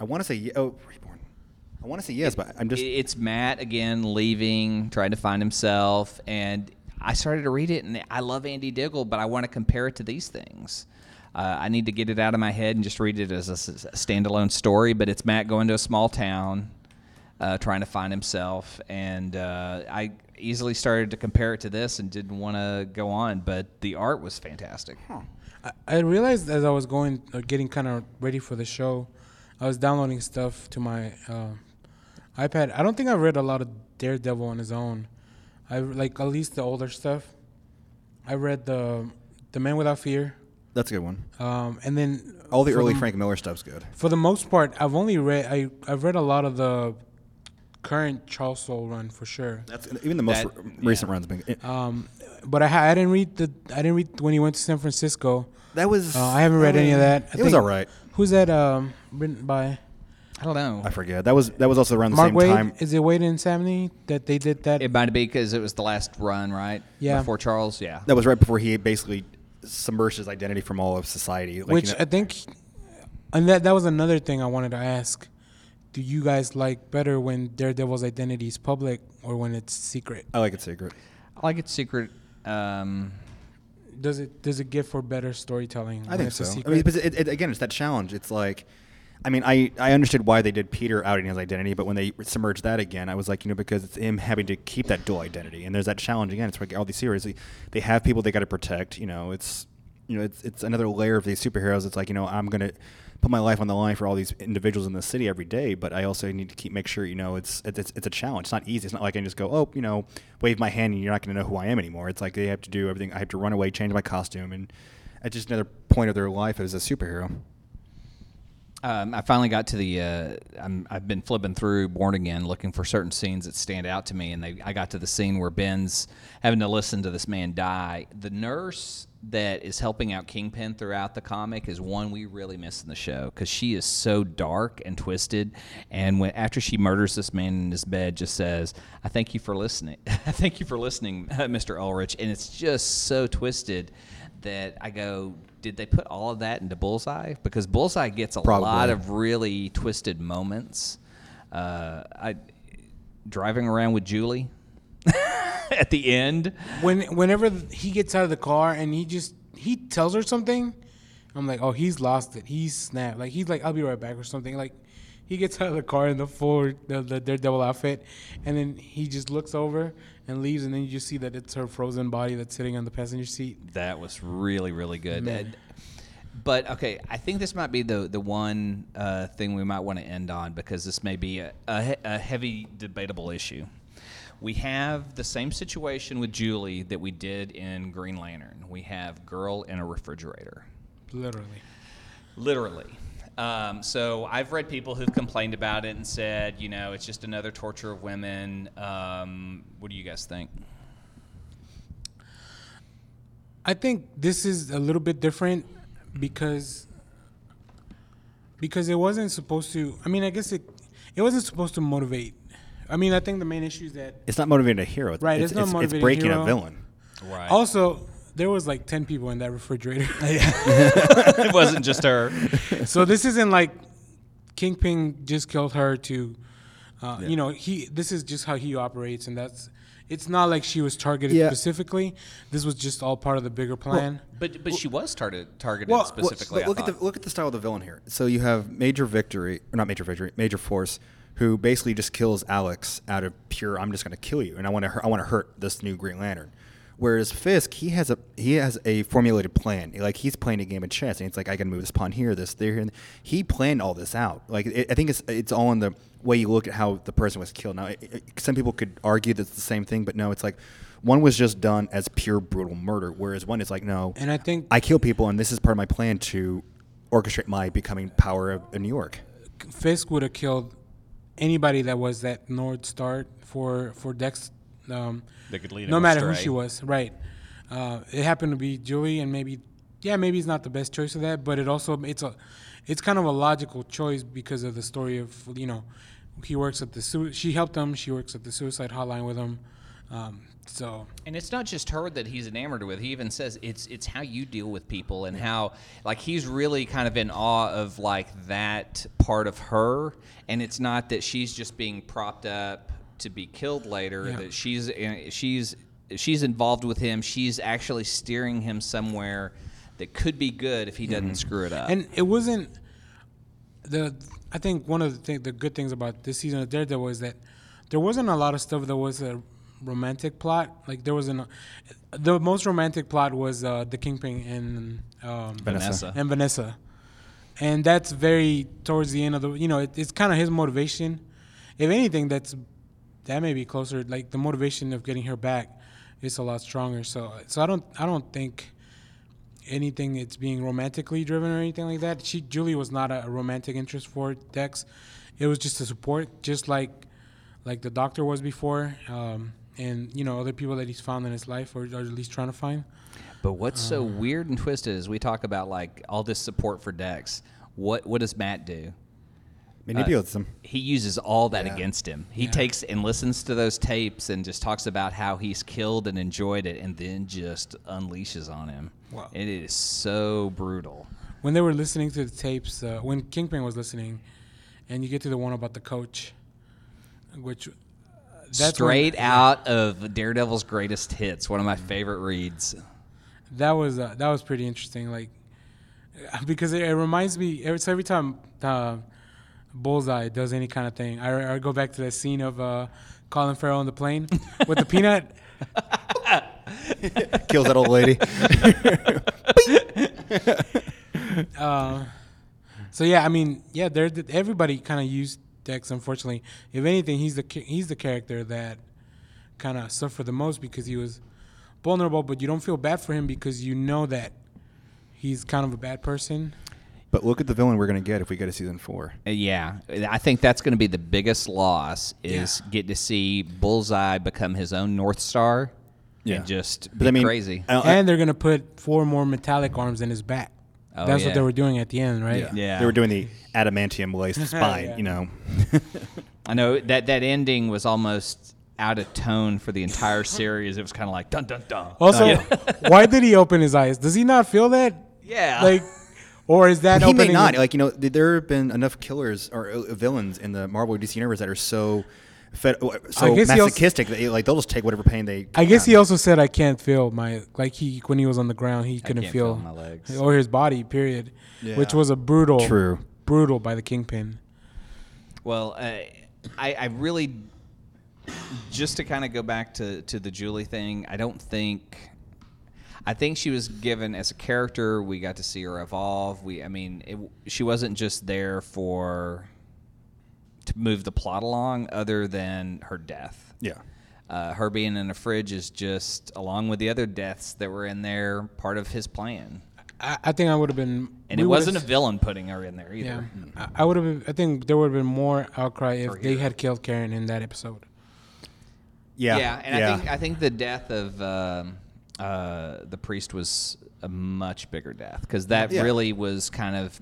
B: I want to say ye- oh reborn. I want to say yes, but I'm just
A: I- it's Matt again leaving, trying to find himself, and I started to read it, and I love Andy Diggle, but I want to compare it to these things. Uh, I need to get it out of my head and just read it as a s- s- standalone story. But it's Matt going to a small town, uh, trying to find himself, and uh, I easily started to compare it to this and didn't want to go on. But the art was fantastic.
C: I, I realized as I was going, uh, getting kind of ready for the show, I was downloading stuff to my uh, iPad. I don't think I read a lot of Daredevil on his own. I like at least the older stuff. I read the the Man Without Fear,
B: that's a good one.
C: um, and then
B: All the
C: for
B: early
C: the-
B: Frank Miller stuff's good.
C: For the most part, I've only read I I've read a lot of the current Charles Soule run for sure.
B: That's even the most
A: That-
B: re- recent run's been. It,
C: Um, but I, ha- I didn't read the I didn't read when he went to San Francisco.
B: that was.
C: Uh, I haven't read any of that. I
B: it was
C: think-
B: all right.
C: Who's that? Um, written by
A: I don't know.
B: I forget. That was that was also around the
C: Mark
B: same
C: Wade.
B: time.
C: Is it Wade and Samney that they did that?
A: It might be because it was the last run, right?
C: Yeah.
A: Before Charles, yeah.
B: That was right before he basically submerged his identity from all of society. Like,
C: which
B: you know-
C: I think, and that that was another thing I wanted to ask. Do you guys like better when Daredevil's identity is public or when it's secret?
B: I like it secret.
A: I like its secret. Um,
C: Does it does it give for better storytelling?
B: I
C: when
B: think
C: it's
B: so.
C: a
B: I mean,
C: secret?
B: because it, it, again, it's that challenge. It's like, I mean, I, I understood why they did Peter outing his identity, but when they submerged that again, I was like, you know, because it's him having to keep that dual identity, and there's that challenge again. It's like all these series, they- they have people they got to protect. You know, it's you know, it's it's another layer of these superheroes. It's like you know, I'm gonna put my life on the line for all these individuals in the city every day, but I also need to keep make sure you know it's it's it's- it's a challenge. It's not easy. It's not like I can just go, oh, you know, wave my hand and you're not gonna know who I am anymore. It's like they have to do everything. I have to run away, change my costume, and at just another point of their life as a superhero.
A: um, I finally got to the. Uh, I'm, I've been flipping through Born Again, looking for certain scenes that stand out to me, and they, I got to the scene where Ben's having to listen to this man die. The nurse that is helping out Kingpin throughout the comic is one we really miss in the show because she is so dark and twisted. And when after she murders this man in his bed, just says, "I thank you for listening. I thank you for listening, Mr. Ulrich." And it's just so twisted that I go, "Did they put all of that into Bullseye?" Because Bullseye gets a
B: Probably.
A: lot of really twisted moments. Uh, I driving around with Julie at the end.
C: When whenever th- he gets out of the car and he just he tells her something, I'm like, oh, he's lost it. He's snapped. Like he's like, I'll be right back or something. Like he gets out of the car in the full the, the daredevil outfit, and then he just looks over and leaves, and then you just see that it's her frozen body that's sitting on the passenger seat.
A: That was really, really good. And- but okay, I think this might be the the one uh, thing we might want to end on because this may be a, a, he- a heavy debatable issue. We have the same situation with Julie that we did in Green Lantern. We have girl in a refrigerator,
C: Literally.
A: literally. Um, so I've read people who've complained about it and said, you know, it's just another torture of women. Um, what do you guys think?
C: I think this is a little bit different because because it wasn't supposed to. I mean, I guess it it wasn't supposed to motivate. I mean, I think the main issue is that
B: It's not motivating a hero. It's-
C: Right,
B: It's,
C: it's not
B: it's,
C: motivating a
B: breaking
C: hero.
B: a villain.
A: Right.
C: also there was like 10 people in that refrigerator.
A: it wasn't just her.
C: so this isn't like Kingpin just killed her to uh, you know, he this is just how he operates and that's it's not like she was targeted
B: Yeah.
C: specifically. This was just all part of the bigger plan.
A: But but she was targeted targeted
B: Well, well,
A: specifically.
B: look,
A: I
B: look at
A: thought.
B: the look at the style of the villain here. So you have Major Victory, or not Major Victory, Major Force, who basically just kills Alex out of pure "I'm just going to kill you" and I want to I want to hurt this new Green Lantern. Whereas Fisk, he has a he has a formulated plan. Like he's playing a game of chess, and it's like I can move this pawn here, this there, and he planned all this out. Like it, I think it's it's all in the way you look at how the person was killed. Now, it, it- some people could argue that's the same thing, but no, it's like one was just done as pure brutal murder, whereas one is like no,
C: And I think
B: I kill people, and this is part of my plan to orchestrate my becoming power of in New York.
C: Fisk would have killed anybody that was that Nord Star for for Dex. Um,
A: That could lead
C: no
A: him
C: matter who
A: astray.
C: she was, right? Uh, it happened to be Julie, and maybe yeah, maybe it's not the best choice of that, but it also it's a it's kind of a logical choice because of the story of you know he works at the sui- she helped him, she works at the suicide hotline with him, um, so
A: And it's not just her that he's enamored with. He even says it's it's how you deal with people and how like he's really kind of in awe of like that part of her. And it's not that she's just being propped up to be killed later.
C: Yeah.
A: That she's eh, she's she's involved with him. She's actually steering him somewhere that could be good if he doesn't screw it up.
C: Mm-hmm. and it wasn't the I think one of the thing, the good things about this season of Daredevil is that there wasn't a lot of stuff that was a romantic plot. Like there wasn't a, the most romantic plot was uh, the Kingpin and um,
A: Vanessa.
C: and Vanessa, and that's very towards the end of the you know it, it's kind of his motivation. If anything, that's that may be closer. Like the motivation of getting her back is a lot stronger. So so I don't I don't think anything it's being romantically driven or anything like that. She Julie was not a romantic interest for Dex. It was just a support, just like like the doctor was before, um, and you know other people that he's found in his life or, or at least trying to find.
A: But what's
C: Uh.
A: so weird and twisted is we talk about like all this support for Dex. What what does Matt do?
B: Manipulates them.
A: he uses all that against him. He takes and listens to those tapes and just talks about how he's killed and enjoyed it, and then just unleashes on him.
C: Wow.
A: It is so brutal.
C: When they were listening to the tapes, uh, when Kingpin was listening, and you get to the one about the coach, which uh, when-
A: Straight out of Daredevil's greatest hits, one of my
B: Mm.
A: favorite reads.
C: that was uh, that was pretty interesting. Like uh, because it, it reminds me every so every time uh, Bullseye does any kind of thing, I, I go back to that scene of uh, Colin Farrell on the plane with the peanut.
B: Kills that old lady.
C: So yeah, I mean yeah, there everybody kind of used Dex. Unfortunately, if anything, he's the cha- he's the character that kind of suffered the most because he was vulnerable, but you don't feel bad for him because you know that he's kind of a bad person.
B: but look at the villain we're going to get if we go to season four.
A: Uh, Yeah, I think that's going to be the biggest loss is get to see Bullseye become his own North Star
B: Yeah.
A: and just
B: But
A: be
B: I mean,
A: crazy.
B: I don't- I-
C: and they're gonna put four more metallic arms in his back.
A: Oh,
C: That's
A: yeah.
C: what they were doing at the end, right?
B: yeah.
A: Yeah.
B: They were doing the adamantium laced spine,
C: Yeah.
B: you know.
A: I know that that ending was almost out of tone for the entire series. It was kind of like dun dun dun.
C: Also,
B: Yeah.
C: why did he open his eyes? Does he not feel that?
A: Yeah.
C: Like, or is that
B: he may
C: opening-
B: not. Like, you know, th- there have been enough killers or uh, villains in the Marvel DC universe that are so fed, uh, so
C: guess he also-
B: masochistic that like they'll just take whatever pain they
C: I guess
B: can.
C: he also said, "I can't feel my like he when he was on the ground, he couldn't
A: can't
C: feel,
A: feel my legs.
C: or his body." Period. Which
B: Yeah.
C: was a brutal,
B: True.
C: brutal by the kingpin.
A: Well, uh, I, I really, just to kind of go back to, to the Julie thing, I don't think, I think she was given as a character. We got to see her evolve. We, I mean, it, she wasn't just there for to move the plot along, other than her death.
B: Yeah.
A: Uh, her being in the fridge is just, along with the other deaths that were in there, part of his plan.
C: I, I think I would have been.
A: And
C: we
A: it
C: would've
A: wasn't a
C: s-
A: villain putting her in there
C: Yeah,
A: either.
C: I, I would have. been I think there would have been more outcry if they had killed Karen in that episode.
B: Yeah.
A: Yeah, and I think I think the death of um, uh, the priest was a much bigger death because that
B: Yeah.
A: really was kind of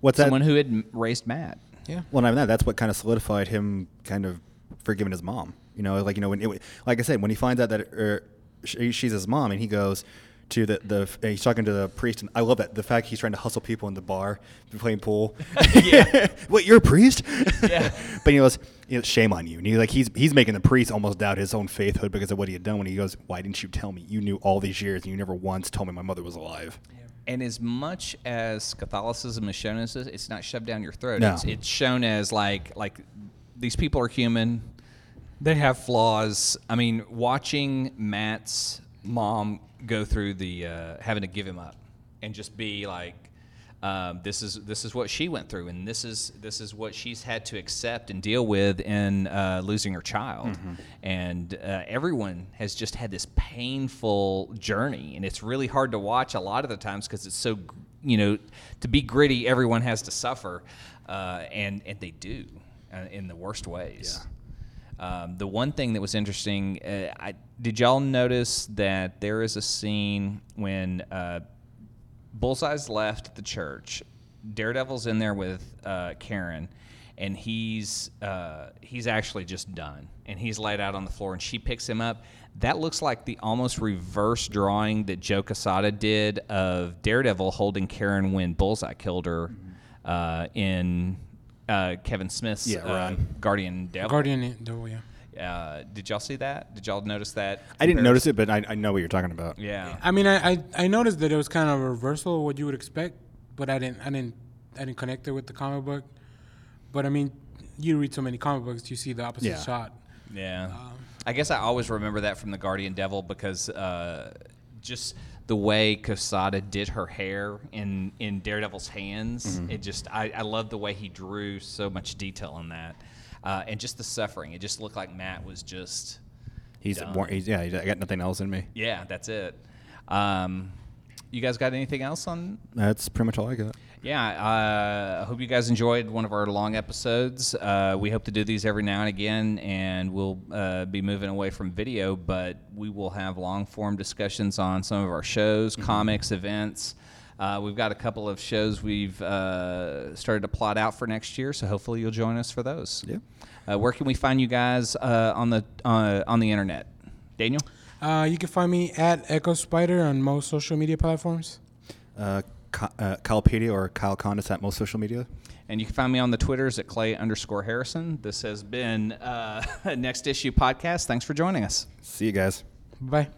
B: What's that?
A: someone who had m- raised Matt.
C: Yeah.
B: Well, not even that. That's what kind of solidified him, kind of forgiving his mom. You know, like you know, when it, like I said, when he finds out that er, she, she's his mom, and he goes to the the and he's talking to the priest, and I love that the fact he's trying to hustle people in the bar playing pool. yeah. what you're a priest? Yeah. but he goes, you know, shame on you. And he like he's he's making the priest almost doubt his own faithhood because of what he had done. When he goes, why didn't you tell me? You knew all these years, and you never once told me my mother was alive.
A: And as much as Catholicism is shown as this, it's not shoved down your throat.
B: No.
A: It's, it's shown as like like these people are human. They have flaws. I mean, watching Matt's mom go through the uh, having to give him up and just be like, um, "This is this is what she went through, and this is this is what she's had to accept and deal with in uh, losing her child." And uh, everyone has just had this painful journey, and it's really hard to watch a lot of the times because it's so gr- you know to be gritty. Everyone has to suffer, uh, and and they do uh, in the worst ways. Um, the one thing that was interesting, uh, I, did y'all notice that there is a scene when uh, Bullseye's left the church, Daredevil's in there with uh, Karen, and he's uh, he's actually just done, and he's laid out on the floor, and she picks him up. That looks like the almost reverse drawing that Joe Casada did of Daredevil holding Karen when Bullseye killed her uh, in uh, Kevin Smith's
B: Yeah,
A: uh,
B: Ron.
A: Guardian Devil.
C: Guardian Devil, yeah.
A: Uh, did y'all see that? Did y'all notice that?
B: I didn't
A: comparison?
B: notice it, but I, I know what you're talking about.
A: Yeah.
C: I mean, I, I I noticed that it was kind of a reversal of what you would expect, but I didn't I didn't I didn't connect it with the comic book. But I mean, you read so many comic books, you see the opposite
B: Yeah.
C: shot.
A: Yeah. I guess I always remember that from the Guardian Devil because uh, just the way Casada did her hair in, in Daredevil's hands, it just, I, I love the way he drew so much detail on that. Uh, and just the suffering. It just looked like Matt was just,
B: He's, war- he's yeah. He's, I got nothing else in me.
A: yeah, that's it. Um, you guys got anything else on
B: That's pretty much all I got.
A: Yeah, uh, I hope you guys enjoyed one of our long episodes. Uh, we hope to do these every now and again, and we'll uh, be moving away from video, but we will have long form discussions on some of our shows, comics, events. Uh, we've got a couple of shows we've uh, started to plot out for next year, so hopefully you'll join us for those.
B: Yeah.
A: Uh, where can we find you guys uh, on the uh, on the internet, Daniel?
C: Uh, you can find me at Echo Spider on most social media platforms.
B: uh, Ky- uh, Kylepedia or Kyle Condis at most social media.
A: And you can find me on the Twitters at Clay underscore Harrison. This has been uh, Next Issue Podcast. Thanks for joining us.
B: See you guys.
C: Bye.